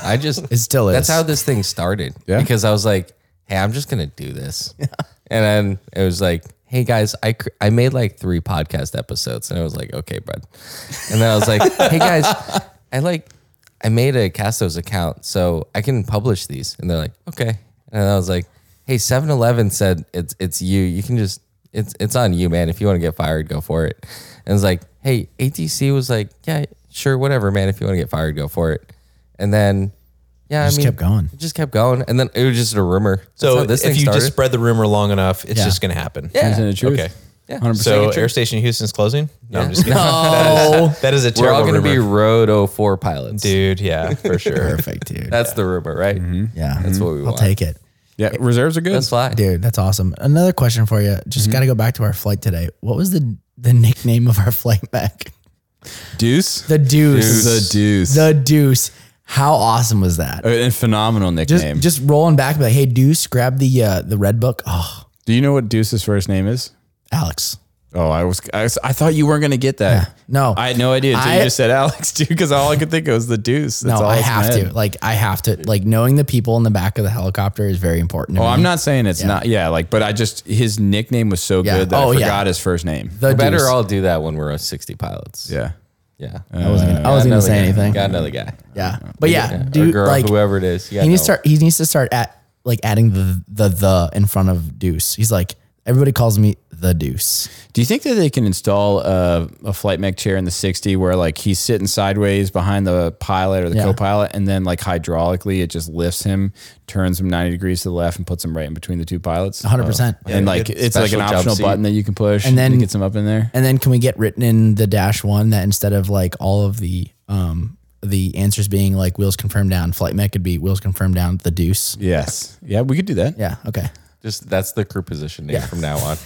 B: I just
A: It still
B: That's
A: is.
B: how this thing started. Because I was like, hey, I'm just gonna do this, and then it was like, hey guys, I cr- I made like three podcast episodes, and I was like, okay, bud. And then I was like, hey guys, I like I made a Castos account, so I can publish these. And they're like, okay. And I was like, hey, 7-Eleven said it's it's you. You can just it's it's on you, man. If you want to get fired, go for it. And it's like, hey, ATC was like, yeah, sure, whatever, man. If you want to get fired, go for it. And then, yeah, I
A: just
B: mean,
A: kept going.
B: It just kept going, and then it was just a rumor. That's
D: So
B: how this
D: if
B: thing
D: you
B: started.
D: just spread the rumor long enough, it's
A: Yeah.
D: just going to happen.
C: Isn't
B: yeah,
C: it true?
D: Okay.
B: Yeah.
C: 100%.
D: So Air Station Houston's closing? No, I'm just kidding. That, is, that is a
B: we're all
D: terrible
B: gonna be
D: rumor.
B: road 04 pilots,
D: Dude, yeah, for sure.
A: Perfect, dude.
B: That's the rumor, right?
A: yeah,
B: That's what we
A: Mm-hmm. I'll
B: want.
A: take it,
C: Yeah, reserves are good.
B: Let's fly.
A: dude. That's awesome. Another question for you.
B: Mm-hmm.
A: Just got to go back to our flight today. What was the the nickname of our flight back?
C: Deuce.
A: The Deuce.
C: The Deuce.
A: The Deuce. How awesome was that?
C: Uh, and phenomenal nickname.
A: Just just rolling back, and be like, hey, Deuce, grab the uh, the red book. Oh,
C: Do you know what Deuce's first name is?
A: Alex.
C: Oh, I was I, was, I thought you weren't gonna get that.
A: No,
C: I had no idea until
A: I-
C: you just said Alex, dude, because all I could think of was the deuce. That's
A: no,
C: all
A: I
C: that's in my
A: have to.
C: head.
A: Like, I have to. Like, knowing the people in the back of the helicopter is very important. To
C: Oh,
A: me.
C: I'm not saying it's not. Yeah, like, but I just his nickname was so
A: Yeah.
C: good that
A: Oh,
C: I
A: yeah.
C: forgot his first name.
A: The
B: We better
A: Deuce.
B: all do that when we're 60 pilots.
C: yeah,
B: yeah.
A: Uh, I wasn't gonna, I wasn't gonna
B: Another
A: say
B: guy.
A: anything.
B: Got another guy.
A: Yeah, but yeah,
B: Or
A: dude,
B: girl,
A: like
B: whoever it is.
A: he
B: You gotta
A: needs to
B: know.
A: start. He needs to start at like adding the the the in front of Deuce. He's like everybody calls me the Deuce.
C: Do you think that they can install a, a flight mech chair in the 60 where like he's sitting sideways behind the pilot or the
A: Yeah.
C: co-pilot and then like hydraulically it just lifts him, turns him 90 degrees to the left and puts him right in between the two pilots? Oh.
A: 100%.
C: And like
B: good.
C: it's like
B: Special
C: an
B: jump
C: optional
B: seat.
C: button that you can push
A: And
C: and then
A: then-
C: gets him up in there.
A: And then can we get written in the dash one that instead of like all of the um the answers being like wheels confirmed down, flight mech could be wheels confirmed down the Deuce.
C: Yes. Yeah, we could do that.
A: Yeah. Okay.
B: Just that's the crew position name from now on.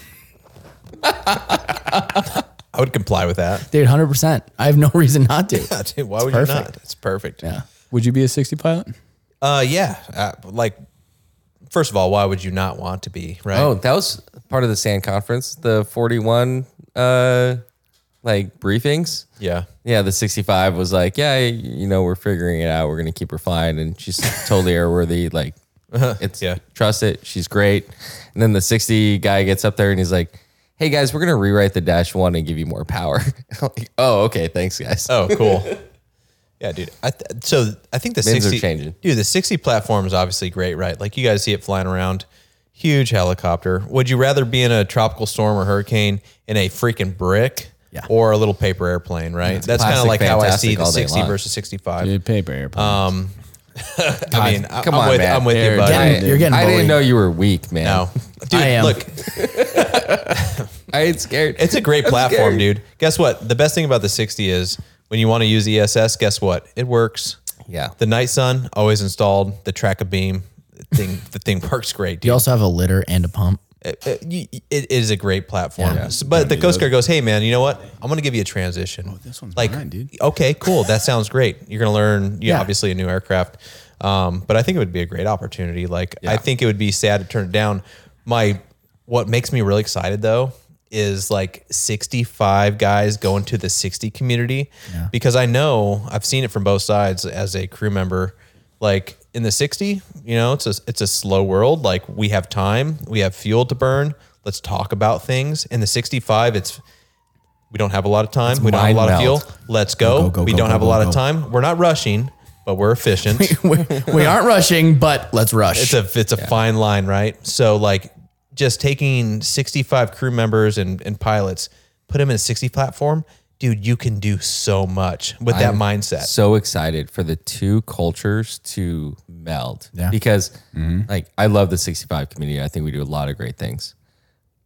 D: I would comply with that.
A: Dude, 100%. I have no reason not to.
D: Dude, why would you not?
A: perfect.
D: It's perfect.
A: yeah.
C: Would you be a 60 pilot?
D: Uh, yeah. Uh, like, first of all, why would you not want to be right?
B: Oh, that was part of the sand conference, the 41 uh like briefings.
D: yeah.
B: Yeah, the 65 was like, yeah, you know, we're figuring it out. We're going to keep her flying. And she's totally airworthy. Like, it's,
D: Uh-huh. yeah.
B: trust it. She's great. And then the 60 guy gets up there and he's like, hey, guys, we're going to rewrite the dash one and give you more power. I'm like, oh, okay. Thanks, guys.
D: Oh, cool. yeah, dude. I th- so I think the
B: Bins are
D: 60
B: changing.
D: Dude, the 60 platform is obviously great, right? Like you guys see it flying around. Huge helicopter. Would you rather be in a tropical storm or hurricane in a freaking brick?
A: Yeah.
D: Or a little paper airplane, right? That's kind of
B: plastic
D: like how I see
B: fantastic
D: the
B: all day
D: 60
B: long.
D: versus 65.
C: Dude, paper airplane. Um,
D: I mean, I-
B: Come
D: I'm
B: on,
D: with,
B: man.
D: I'm with
C: They're
D: you, buddy.
A: Damn it,
C: I-
A: You're getting
B: I
A: bullied.
B: didn't know you were weak, man.
D: No, dude,
A: I am.
D: look,
B: I ain't scared.
D: it's a great
B: I'm
D: platform,
B: scared.
D: dude. Guess what? The best thing about the 60 is when you want to use ESS, guess what? It works.
B: Yeah.
D: The night sun always installed. The track a beam thing. the thing works
A: You
D: great, dude.
A: also have a litter and a pump.
D: It, it- it is a great platform.
A: Yeah.
D: So- but the Coast Guard goes, "Hey, man, you know what? I'm going to give you a transition. this
C: one's mine, dude.
D: Okay, cool. That sounds great. You're going to learn, yeah,
A: Yeah.
D: obviously, a new aircraft. Um, but I think it would be a great opportunity. Like, I think it would be sad to turn it down. My, what makes me really excited though is like 65 guys going to the 60 community because I know I've seen it from both sides as a crew member. Like in the 60, you know, it's a it's a slow world. Like we have time, we have fuel to burn. Let's talk about things. In the 65, it's we don't have a lot of time. we don't have a lot
B: mind
D: of
B: meld.
D: fuel. Let's go.
A: go,
D: we
A: go,
D: don't
A: go,
D: have a
A: go,
D: lot
A: go.
D: of time. We're not rushing, but we're efficient.
A: we, we aren't rushing, but let's rush.
D: it's a it's a fine line, right? So like just taking 65 crew members and, and pilots, put them in a 60 platform, dude, you can do so much with that mindset.
B: so excited for the two cultures to meld
A: Yeah. Mm-hmm.
B: because like I love the 65 community. I think we do a lot of great things.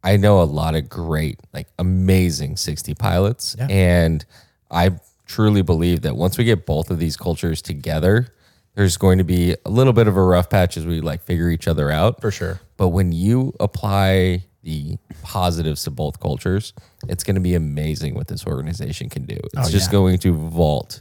B: I know a lot of great, like amazing 60 pilots. And I truly believe that once we get both of these cultures together, there's going to be a little bit of a rough patch as we like figure each other out.
D: For sure.
B: But when you apply the positives to both cultures, it's going to be amazing what this organization can do.
D: Oh,
B: It's just going to vault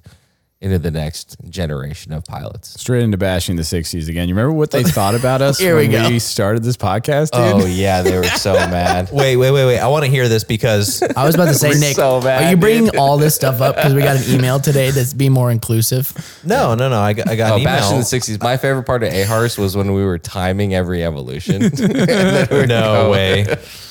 B: into the next generation of pilots.
C: Straight into bashing the 60s again. You remember what they thought about us
A: Here we
C: when
A: go.
C: we started this podcast, dude?
B: Oh yeah, they were so mad.
D: Wait, wait, wait, wait. I want to hear this because
A: I was about to say, Nick,
B: so bad,
A: are you bringing all this stuff up because we got an email today that's be more inclusive?
D: no, no, no. I got, I got
B: Oh,
D: an email.
B: bash in the sixties. My favorite part of Ahars was when we were timing every evolution.
D: No way.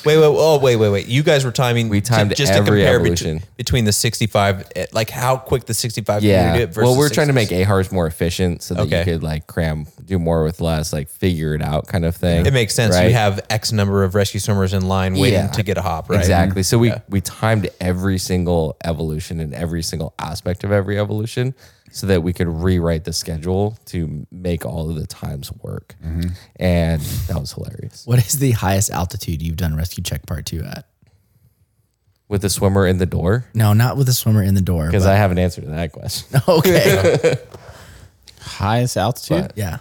D: Wait, wait, oh, wait, wait, wait. You guys were timing. We
B: timed
D: just
B: every
D: to compare
B: evolution.
D: between, between the 65, eh, like how quick the 65 can do
B: yeah.
D: it versus.
B: Well, we're trying to
D: 60s.
B: make Ahars more efficient so that
D: Okay.
B: you could like cram, do more with less, like figure it out kind of thing.
D: It makes sense.
B: right?
D: You have X number of rescue swimmers in line waiting
B: Yeah.
D: to get a hop, right?
B: Exactly. So we we timed every single evolution and every single aspect of every evolution so that we could rewrite the schedule to make all of the times work.
D: Mm-hmm.
B: And that was hilarious.
A: What is the highest altitude you've done rescue check part two at?
B: With the swimmer in the door?
A: No, not with a swimmer in the door.
B: Because
A: but-
B: I have an answer to that question.
A: okay.
C: Highest altitude?
A: yeah.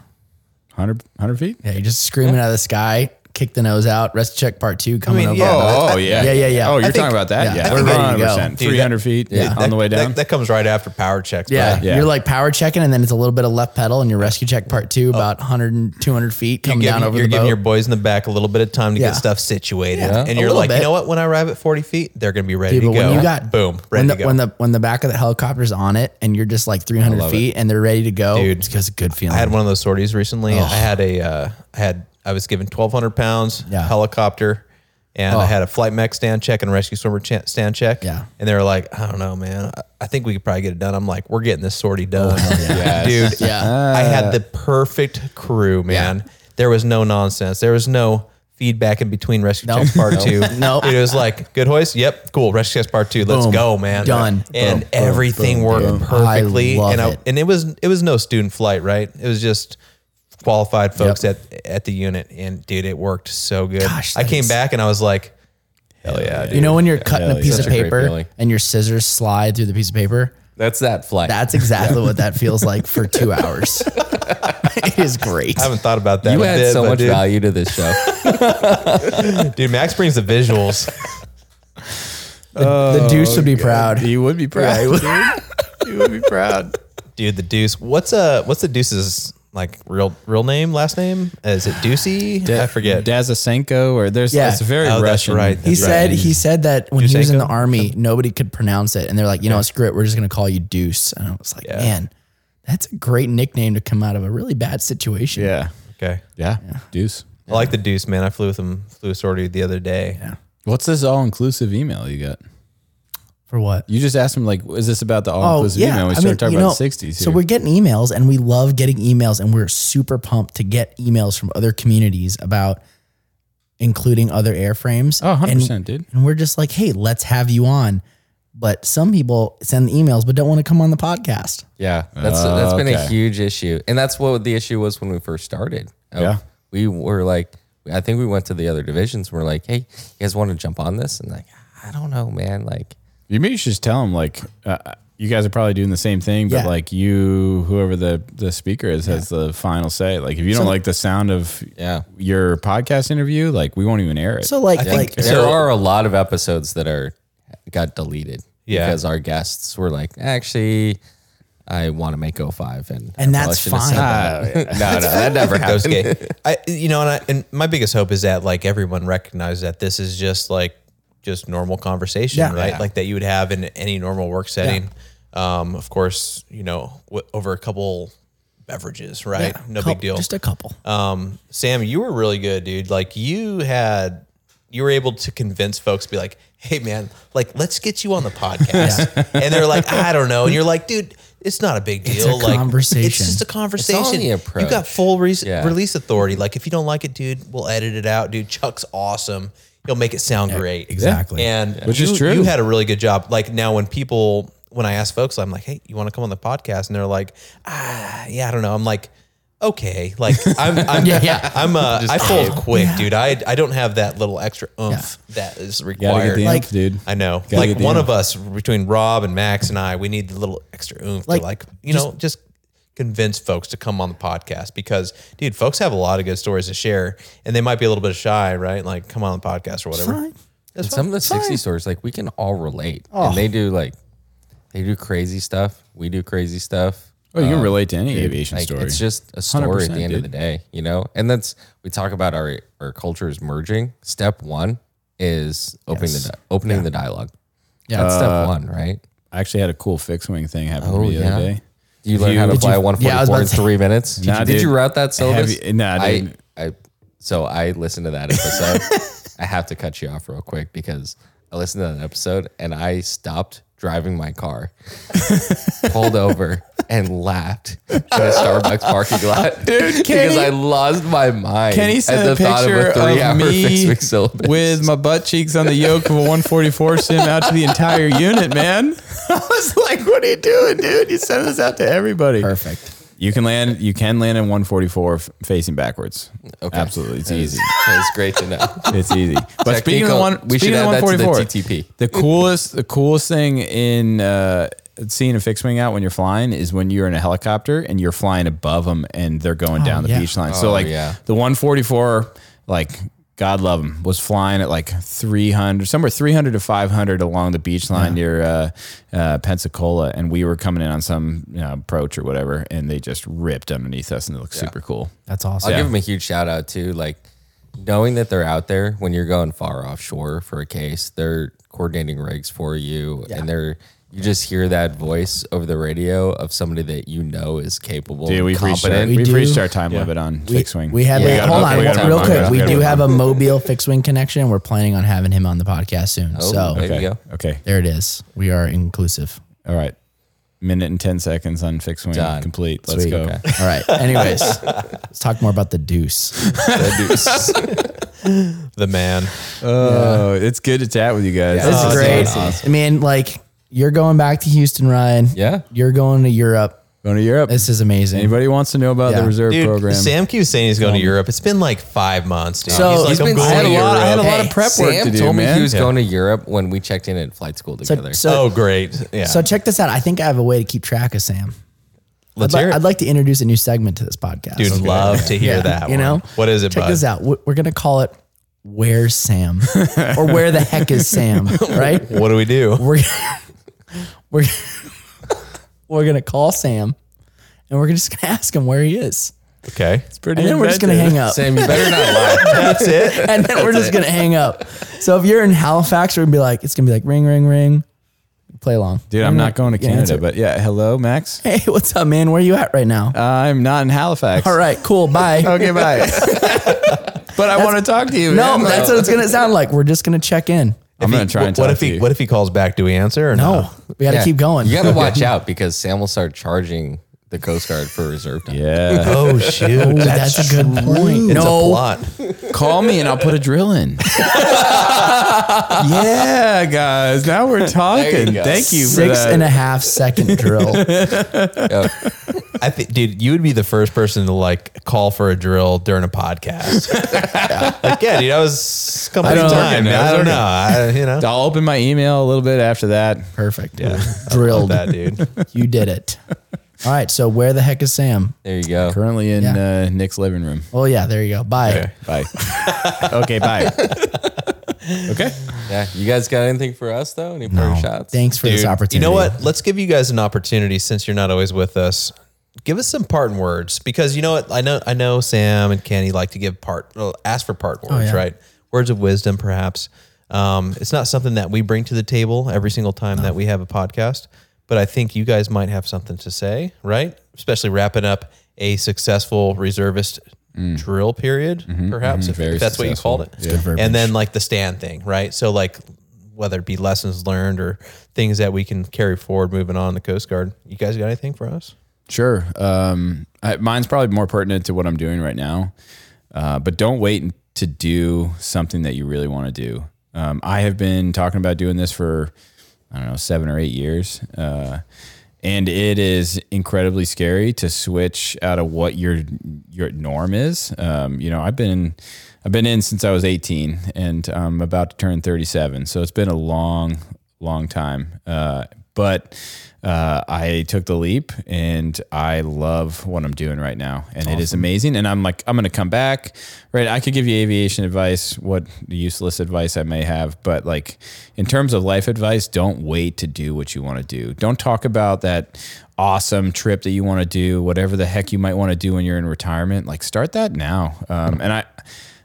C: 100, 100 feet?
A: Yeah. You're just screaming out of the sky, kick the nose out, rescue check part two coming
D: mean,
A: over.
D: yeah,
C: Oh, oh, yeah.
A: yeah, yeah, yeah.
C: Oh,
A: I
C: you're
A: think-
C: talking about that?
A: yeah,
C: Yeah.
A: I think I need to go.
C: 100%. 300 feet on the way
D: That-
C: down.
D: That, comes right after power checks.
A: Yeah,
D: bro.
C: Yeah.
A: you're like power checking, and then it's a little bit of left pedal, and your rescue check part two, about 100 and 200 feet
D: Oh. You're,
A: coming
D: giving,
A: down over
D: you're
A: the
D: giving
A: boat.
D: your boys in the back a little bit of time to
A: Yeah.
D: get stuff situated.
A: Yeah.
D: And
A: A
D: you're
A: little
D: like,
A: bit.
D: you know what? When I arrive at 40 feet, they're going to be ready
A: Dude, but
D: to go.
A: when you got
D: Boom,
A: when
D: ready
A: the,
D: to go.
A: when the when the back of the helicopter's on it, and you're just like 300 feet, and they're ready to go,
D: Dude.
A: it's just a good feeling.
D: I had one of those sorties recently. I had a, uh, I had, I was given 1,200 pounds
A: Yeah.
D: helicopter, and I had a flight mech stand check and a rescue swimmer cha- stand check.
A: Yeah.
D: and they were like, I don't know, man. I, I think we could probably get it done. I'm like, we're getting this sortie done, dude.
A: Oh, Yeah.
D: I had the perfect crew, man. There was no nonsense. There was no feedback in between rescue
A: Nope.
D: checks part two.
A: Nope.
D: Dude, it was like good hoist. Yep, cool. Rescue checks part two. Let's
A: Boom.
D: go, man.
A: Done. Boom,
D: And
A: boom,
D: everything
A: boom,
D: worked
A: boom. I
D: perfectly.
A: love
D: and
A: it.
D: and it was it was no student flight, right? It was just qualified folks
A: Yep.
D: at at the unit. And dude, it worked so good.
A: Gosh,
D: I
A: that
D: came
A: is-
D: back and I was like, hell yeah, dude.
A: you know when you're cutting a
C: yeah.
A: piece
B: Such
A: of
B: a great
A: paper
B: feeling.
A: and your scissors slide through the piece of paper.
B: That's that flight.
A: That's exactly what that feels like for two hours. it is great.
D: I haven't thought about that.
B: you
D: in a
B: add
D: bit,
B: so
D: but
B: much
D: dude,
B: value to this show.
D: dude. Max brings the visuals.
A: the Deuce would be proud.
C: You would be proud.
A: You would be proud.
D: dude the deuce what's uh what's the deuce's like real real name last name is it deucey i forget
C: Dazasenko, or there's
A: Yeah.
C: it's very
D: Oh, that's
C: Russian.
D: right.
A: He said he said that when he was in the
D: Deusenko?
A: army, nobody could pronounce it, and they're like, you know what, screw it, we're just gonna call you Deuce. And I was like, man, that's a great nickname to come out of a really bad situation.
C: Yeah.
D: okay
C: yeah, Deuce.
D: i like the deuce man i flew with him flew a sortie the other day
C: What's this all-inclusive email you got?
A: For what?
C: You just asked him like, is this about the
A: Oh
C: all-inclusive
A: yeah,
C: email? We
A: I
C: started
A: mean,
C: talking
A: you
C: about
A: know,
C: the '60s.
A: So
C: here.
A: we're getting emails, and we love getting emails, and we're super pumped to get emails from other communities about including other airframes.
C: oh, 100
A: And
C: percent, dude.
A: And we're just like, hey, let's have you on. But some people send the emails but don't want to come on the podcast.
B: Yeah, that's that's been a
C: Okay.
B: huge issue, and that's what the issue was when we first started. Uh,
C: Yeah.
B: we were like, I think we went to the other divisions. and We're like, hey, you guys want to jump on this? And like, I don't know, man. Like,
C: You maybe you should just tell him like, uh, you guys are probably doing the same thing, but
A: Yeah.
C: like you, whoever the the speaker is, has the final say. Like, if you don't like the sound of
B: Yeah.
C: your podcast interview, like we won't even air it.
A: So like,
B: I think
A: like
B: there are a lot of episodes that are got deleted
D: Yeah.
B: because our guests were like, actually, I want to make 05 and
A: And
B: I probably
A: that's
B: shouldn't
A: fine.
B: have
C: Uh,
B: said that. no, no, that never
D: That was
B: happened.
D: gay. I, you know, and, I, and my biggest hope is that like everyone recognizes that this is just like just normal conversation,
A: Yeah.
D: right?
A: Yeah.
D: Like that you would have in any normal work setting. Um, of course, you know, w- over a couple beverages, right?
A: yeah,
D: no
A: couple-
D: big deal.
A: Just a couple.
D: Um, Sam, you were really good, dude. Like you had, you were able to convince folks to be like, "Hey, man, like let's get you on the podcast." And they're like, "I don't know," and you're like, "Dude, it's not a big deal.
A: a
D: like
A: conversation.
D: It's just a conversation.
B: only approach.
D: You got full re-
B: Yeah.
D: release authority. Like if you don't like it, dude, we'll edit it out, dude. Chuck's awesome. He'll make it sound great.
A: exactly.
D: And
C: Which
D: you,
C: is true.
D: You had a really good job. Like now, when people, when I ask folks, I'm like, "Hey, you want to come on the podcast?" And they're like, "Ah, yeah, I don't know." I'm like, "Okay." Like I'm, I'm
A: Yeah, yeah.
D: I'm uh, I fold quick, dude. I I don't have that little extra oomph that is
C: gotta
D: required.
C: get the
A: Like-
C: like, dude.
D: I know.
C: Gotta
D: like
C: get the
D: one
C: oomph.
D: of us between Rob and Max and I, we need the little extra oomph
A: Like,
D: to like, you know, just convince folks to come on the podcast because dude, folks have a lot of good stories to share and they might be a little bit shy, right? Like come on the podcast or whatever.
A: Fine.
B: And some of the 60 stores, like, we can all relate.
A: Oh.
B: And they do like, they do crazy stuff. We do crazy stuff.
C: Oh, you can relate to any aviation
B: Uh, Like,
C: story.
B: It's just a story at
C: 100%,
B: the end of the
C: dude.
B: day, you know. And that's we talk about our our cultures merging. Step one is opening the di- opening the dialogue. Uh,
A: Yeah.
B: that's step one, right?
C: I actually had a cool fixed wing thing happen
B: Oh,
C: to me the
B: yeah.
C: other day.
B: You learn how to
A: Did
B: fly
A: you-
B: a one
A: yeah, I
B: forty
A: was about
B: four
A: to
B: in
A: say-
B: three minutes. Did, you,
C: Nah,
B: did
C: dude.
B: you route that syllabus?
C: you- nah,
B: I,
C: dude.
B: I so I listened to that episode. I have to cut you off real quick because I listened to that episode and I stopped driving my car, pulled over, and laughed in a Starbucks parking lot, dude. because
C: Kenny-
B: I lost my mind.
C: Kenny sent a picture of, me
B: fixed syllabus.
C: with my butt cheeks on the yoke of a 144 sim out to the entire unit, man. I was like, "What are you doing, dude? You send this out to everybody."
A: Perfect.
C: You can land. You can land in 144 f- facing backwards. Absolutely, it's easy.
B: It's great to know.
C: It's easy. But speaking of the
B: Technical-
C: one,
B: we
C: speaking
B: should
C: of
B: add that to the
C: 144,
B: TTP.
C: The coolest, the coolest thing in uh, seeing a fixed wing out when you're flying is when you're in a helicopter and you're flying above them and they're going down the
A: yeah.
C: beach line. so like
B: Oh, yeah.
C: the 144, like God love him, was flying at like 300, somewhere 300 to 500 along the beach line near uh, uh, Pensacola, and we were coming in on some you know, approach or whatever, and they just ripped underneath us, and it looked super cool.
A: That's
B: I'll
A: awesome.
B: give them a huge shout out too. Like knowing that they're out there when you're going far offshore for a case, they're coordinating rigs for you, and they're you just hear that voice over the radio of somebody that you know is capable,
C: Dude, we've reached, our,
B: competent.
A: We
C: we've
A: do.
C: reached our time limit on fixed wing.
A: We have
B: Yeah.
A: a-
B: We gotta
A: hold
B: book-
A: on
B: we
A: one-
B: gotta
A: real
B: book
A: quick.
B: it.
A: We
B: We
A: do
B: gotta
A: have a mobile fixed wing connection. We're planning on having him on the podcast soon. so
B: there you go.
C: okay.
A: there it is. We are inclusive.
C: All right. Minute and 10 seconds on fixed wing
B: Done.
C: complete. Let's
A: Sweet.
C: go.
A: Okay. All right. Anyways, let's talk more about the deuce.
D: The man.
C: Oh, it's good to chat with you guys.
B: This is
A: It's
B: Awesome.
A: great. I
B: Awesome.
A: mean, like you're going back to Houston, Ryan.
B: Yeah.
A: You're going to Europe.
C: Going to Europe.
A: This is amazing.
C: Anybody wants to know about
A: Yeah.
C: the reserve
D: Dude,
C: program? Um,
D: Sam keeps saying he's going to Europe. It's been like five months, dude.
A: So,
D: he's like,
A: he's
D: I'm
A: been-
D: going
A: I had a
D: to
A: lot- I had a
D: Europe.
A: lot of
B: Hey,
A: prep
C: work
B: Sam
C: to do,
B: told me
C: man.
B: he was going to Europe when we checked in at flight school
A: So,
B: together.
A: so,
D: oh, great. Yeah.
A: so check this out. I think I have a way to keep track of Sam.
D: Let's
A: I'd, li-
D: hear it.
A: I'd like to introduce a new segment to this podcast.
D: Dude, love to hear that.
A: You know,
D: one. what is it,
A: Check
D: bud?
A: this out. We're we're gonna call it "Where's Sam" or "Where the heck is Sam?" Right?
D: What do we do?
A: We're we're we're gonna call Sam, and we're just gonna ask him where he is,
D: Okay.
C: pretty
A: and then we're just gonna hang up,
B: Sam, you better not lie.
D: That's it.
A: and then we're just gonna hang up. So if you're in Halifax, we're gonna be like, it's gonna be like ring, ring, ring. Play along,
C: Dude, I'm not going to
A: Yeah,
C: Canada,
A: answer.
C: but yeah. Hello, Max.
A: Hey, what's up, man? Where you at right now?
C: I'm not in Halifax.
A: All right, cool. Bye.
C: Okay, bye. but I want to talk to you.
A: No,
C: man.
A: that's what it's gonna sound like. We're just gonna check in.
C: I'm
D: If
C: going
D: he-
C: to try and
D: what
C: talk
D: if
C: to
D: he
C: you.
D: what if he calls back? Do we answer or
A: No,
D: no?
A: we gotta
B: Yeah.
A: keep going.
B: You got to watch out because Sam will start charging the Coast Guard for reserve time.
C: yeah.
D: Oh shoot.
A: Ooh, that's, a good point.
D: It's a
A: no,
D: plot.
C: Call me and I'll put a drill in. yeah, guys. Now we're talking.
B: go.
C: Thank you for
A: six
C: that.
A: and a half second drill.
D: I think, dude, you would be the first person to like call for a drill during a podcast. Like, yeah, dude, I was a couple
C: I
D: of
C: don't
D: time.
C: know.
D: I don't know. I, you know,
C: I'll open my email a little bit after that.
A: Perfect. Yeah, drilled.
D: that dude.
A: You did it. All right. So where the heck is Sam?
B: There you go.
C: Currently in
A: Yeah.
C: uh, Nick's living room.
A: Well, yeah. There you go. Bye.
C: Bye. okay, bye. Okay.
B: Yeah. You guys got anything for us though? Any parting shots?
A: Thanks for this
D: Dude,
A: opportunity.
D: You know what? Let's give you guys an opportunity since you're not always with us. Give us some parting words because you know what? I know I know Sam and Kenny like to give part well, ask for part words,
A: Oh, yeah.
D: right? Words of wisdom, perhaps. Um, it's not something that we bring to the table every single time that we have a podcast, but I think you guys might have something to say, right? Especially wrapping up a successful reservist
A: Mm.
D: drill period,
A: Mm-hmm,
D: perhaps if,
C: very
D: if that's what you
C: successful.
D: called it.
A: good verbiage.
D: And then like the stand thing, right? So like whether it be lessons learned or things that we can carry forward moving on in the Coast Guard. You guys got anything for us?
C: Sure. Um, I, mine's probably more pertinent to what I'm doing right now. Uh, but don't wait to do something that you really want to do. Um, I have been talking about doing this for, I don't know, seven or eight years. Uh, and it is incredibly scary to switch out of what your your norm is. Um, you know, I've been I've been in since I was 18, and I'm about to turn 37, so it's been a long, long time. Uh, but uh, I took the leap, and I love what I'm doing right now, and it is amazing. And I'm like, I'm going to come back, right? I could give you aviation advice, what useless advice I may have, but like in terms of life advice, don't wait to do what you want to do. Don't talk about that awesome trip that you want to do, whatever the heck you might want to do when you're in retirement. Like start that now. Um, and I,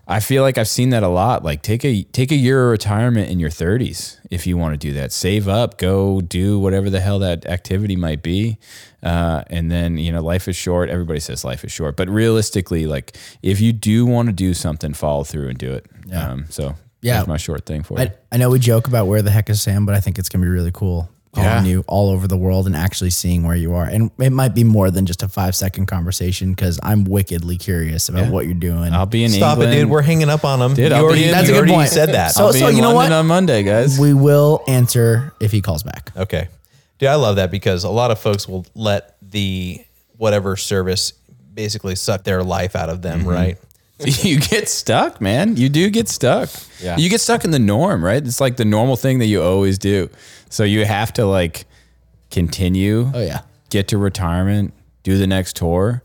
C: I feel like I've seen that a lot. Like take a take a year of retirement in your 30s if you want to do that. Save up, go do whatever the hell that activity might be, uh, and then you know life is short. Everybody says life is short, but realistically, like if you do want to do something, follow through and do it. Yeah. Um, so
A: Yeah.
C: that's my short thing for you.
A: I, I know we joke about where the heck is Sam, but I think it's gonna be really cool calling
C: Yeah.
A: you all over the world and actually seeing where you are. And it might be more than just a five second conversation because I'm wickedly curious about what you're doing.
C: I'll be in
D: Stop
C: England.
D: it, dude. We're hanging up on them.
C: Dude,
D: you
C: I'll be
D: already,
C: in-
D: you
A: That's a good
D: already
A: point.
D: said that.
A: So-
C: I'll be in
A: you know what?
C: London on Monday, guys.
A: we will answer if he calls back.
D: okay. Dude, I love that because a lot of folks will let the whatever service basically suck their life out of
C: Mm-hmm.
D: them, right?
C: you get stuck, man. You do get stuck.
B: Yeah.
C: You get stuck in the norm, right? It's like the normal thing that you always do. So you have to like continue.
A: Oh yeah.
C: Get to retirement, do the next tour.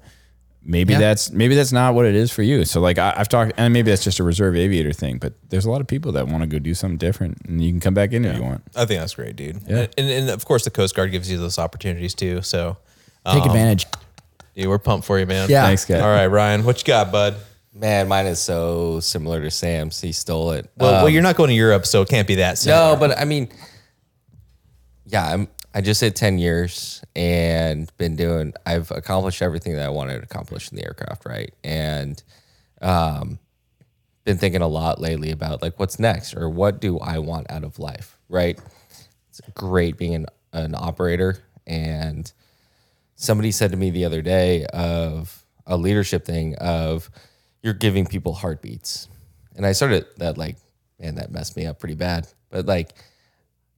C: Maybe
A: Yeah.
C: that's maybe that's not what it is for you. So like I, I've talked, and maybe that's just a reserve aviator thing. But there's a lot of people that want to go do something different, and you can come back in if you want.
D: I think that's great, dude. And, and of course, the Coast Guard gives you those opportunities too. So,
C: Oh.
A: Take advantage.
D: dude, we're pumped for you, man.
A: Yeah.
C: Thanks, guys.
D: All right, Ryan, what you got, bud?
B: Man, mine is so similar to Sam's. He stole it.
D: Well,
B: Um,
D: well, you're not going to Europe, so it can't be that. soon.
B: No, but I mean, yeah, I'm. I just hit ten years and been doing. I've accomplished everything that I wanted to accomplish in the aircraft, right? And um, been thinking a lot lately about like what's next or what do I want out of life, right? It's great being an, an operator and somebody said to me the other day of a leadership thing of you're giving people heartbeats and i started that like man that messed me up pretty bad but like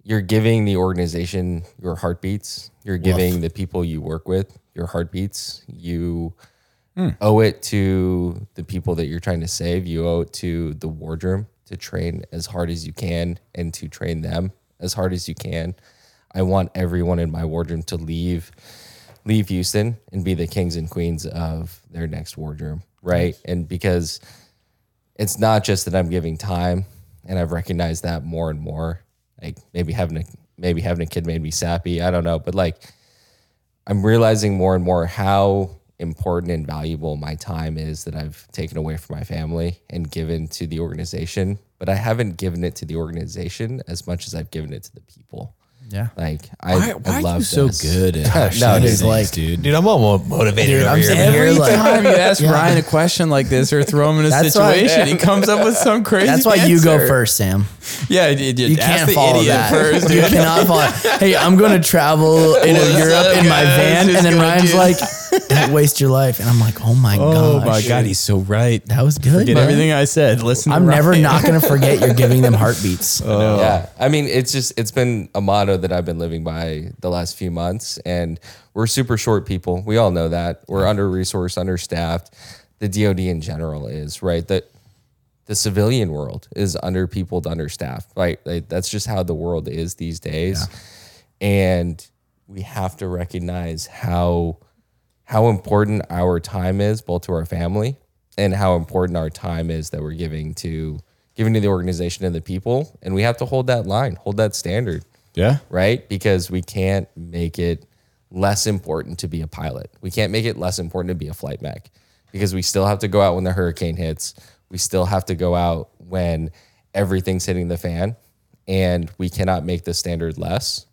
B: you're giving the organization your heartbeats you're giving the people you work with your heartbeats. You owe it to the people that you're trying to save. You owe it to the wardroom to train as hard as you can and to train them as hard as you can. I want everyone in my wardroom to leave leave Houston and be the kings and queens of their next wardroom, right? And because it's not just that I'm giving time, and I've recognized that more and more. Like maybe having a maybe having a kid made me sappy. I don't know, but like I'm realizing more and more how important and valuable my time is that I've taken away from my family and given to the organization. But I haven't given it to the organization as much as I've given it to the people.
A: Yeah.
B: Like I, I love this.
C: at
B: no,
C: these
B: dude,
C: things,
A: like-
C: dude.
D: Dude, I'm all motivated over
A: I'm
D: here.
A: saying-
D: man.
A: You're
C: Every
A: like-
C: time you ask
A: Yeah.
C: Ryan a question like this or throw him in a
A: That's why-
C: situation, he comes up with some crazy.
A: That's why you go
C: answer.
A: first, Sam.
C: Yeah, you,
A: You can't
C: the
A: follow
C: idiot
A: that.
C: first,
A: you
C: dude.
A: cannot follow. Hey, I'm going to travel in
C: What's
A: Europe
C: up,
A: in my
C: guys?
A: van,
C: Just
A: and then
C: gonna
A: Ryan's
C: do-
A: like, "Don't "Waste your life," and I'm like, "Oh my god,
C: Oh my god, he's so right.
A: that was good."
C: Forget
A: bro.
C: everything I said. Listen, to
A: I'm never
C: Ryan.
A: not going to forget you're giving them heartbeats.
B: Yeah. I mean, it's just, it's been a motto that I've been living by the last few months. And we're super short people. We all know that. We're under resourced, understaffed. The DOD in general is, right? That the civilian world is under peopled, understaffed, right? Like, that's just how the world is these days. And we have to recognize how how important our time is both to our family and how important our time is that we're giving to giving to the organization and the people and we have to hold that line hold that standard
C: Yeah.
B: right because we can't make it less important to be a pilot we can't make it less important to be a flight mech because we still have to go out when the hurricane hits we still have to go out when everything's hitting the fan and we cannot make the standard less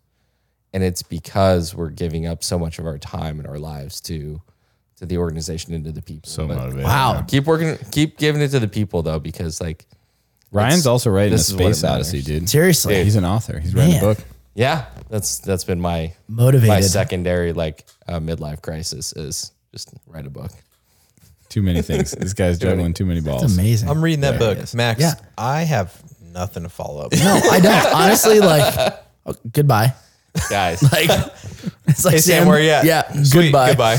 B: and it's because we're giving up so much of our time and our lives to to the organization and to the people. So
C: motivated,
A: Wow.
B: Keep working, keep giving it to the people though, because like,
C: Ryan's also writing
B: this is
C: a
B: what it
C: space odyssey, dude.
A: Seriously,
C: He's an author. He's writing
A: Man.
C: a book.
B: yeah, that's that's been my my
A: motivated.
B: secondary like uh, midlife crisis is just write a book.
C: Too many things. This guy's juggling too many balls.
A: Amazing.
D: I'm reading that book, Max.
A: Yeah.
D: I have nothing to follow up.
A: no, I don't. Honestly, like, oh, goodbye.
B: Guys,
A: Like, it's like
D: Hey Sam, where you at?
A: Yeah,
D: Sweet,
A: goodbye.
D: Goodbye,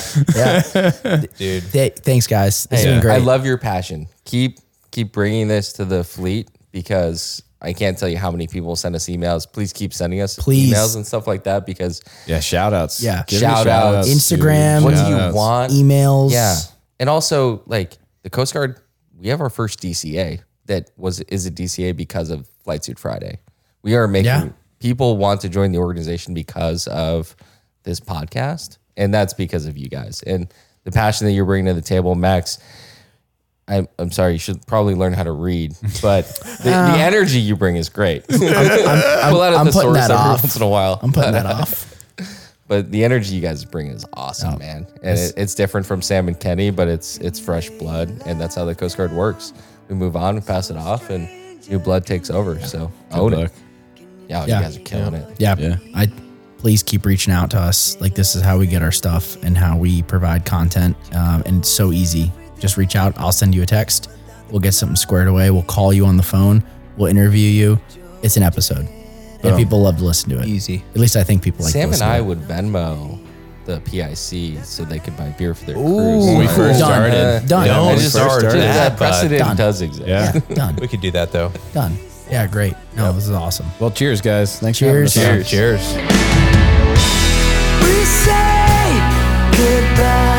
A: Yeah.
D: dude.
A: Th- thanks, guys. This has
B: hey,
A: been great.
B: I love your passion. Keep keep bringing this to the fleet because I can't tell you how many people send us emails. Please keep sending us
A: Please.
B: emails and stuff like that because
C: Yeah, shout outs.
A: Yeah.
C: Give him
B: Shout outs.
C: dude.
A: Instagram.
B: what
A: Yeah,
B: do you
C: Shout-outs.
B: want?
A: emails.
B: Yeah. And also like the Coast Guard, we have our first DCA that was is a DCA because of Flight Suit Friday. We are making
A: Yeah.
B: people want to join the organization because of this podcast. And that's because of you guys and the passion that you're bringing to the table, Max. I'm, I'm sorry, you should probably learn how to read, but the, the energy you bring is great. I'm, Pull out
A: Uh. I'm
B: of the
A: putting
B: source
A: that
B: every
A: off.
B: once in a while.
A: I'm putting that off.
B: But the energy you guys bring is
C: Oh.
B: awesome, man. And it, it's different from Sam and Kenny, but it's it's fresh blood, and that's how the Coast Guard works. We move on, we pass it off, and new blood takes over. So own
C: Good
B: it.
C: book.
B: Yeah,
A: Yeah.
B: you guys are killing it.
A: Yeah.
C: Yeah.
A: I please keep reaching out to us. Like this is how we get our stuff and how we provide content. Um, and it's so easy. Just reach out. I'll send you a text. We'll get something squared away. We'll call you on the phone. We'll interview you. It's an episode. And people love to listen to it.
D: Easy.
A: At least I think people like to
B: Oh. Sam and
A: listen to
B: I
A: it.
B: would Venmo the PIC so they could buy beer for their
C: When we
B: crews.
C: first
A: Done.
C: started.
A: Done.
C: Yeah, when
B: I
C: we
B: just
C: first
D: started.
C: started.
D: Yeah.
B: that precedent
A: Done.
B: does exist.
C: Yeah.
A: Yeah, done.
D: We could do that though.
A: Done. Yeah, great. No, this is awesome.
C: Well, cheers, guys. Thanks
A: Cheers.
C: for having us on.
B: Cheers.
E: We say goodbye.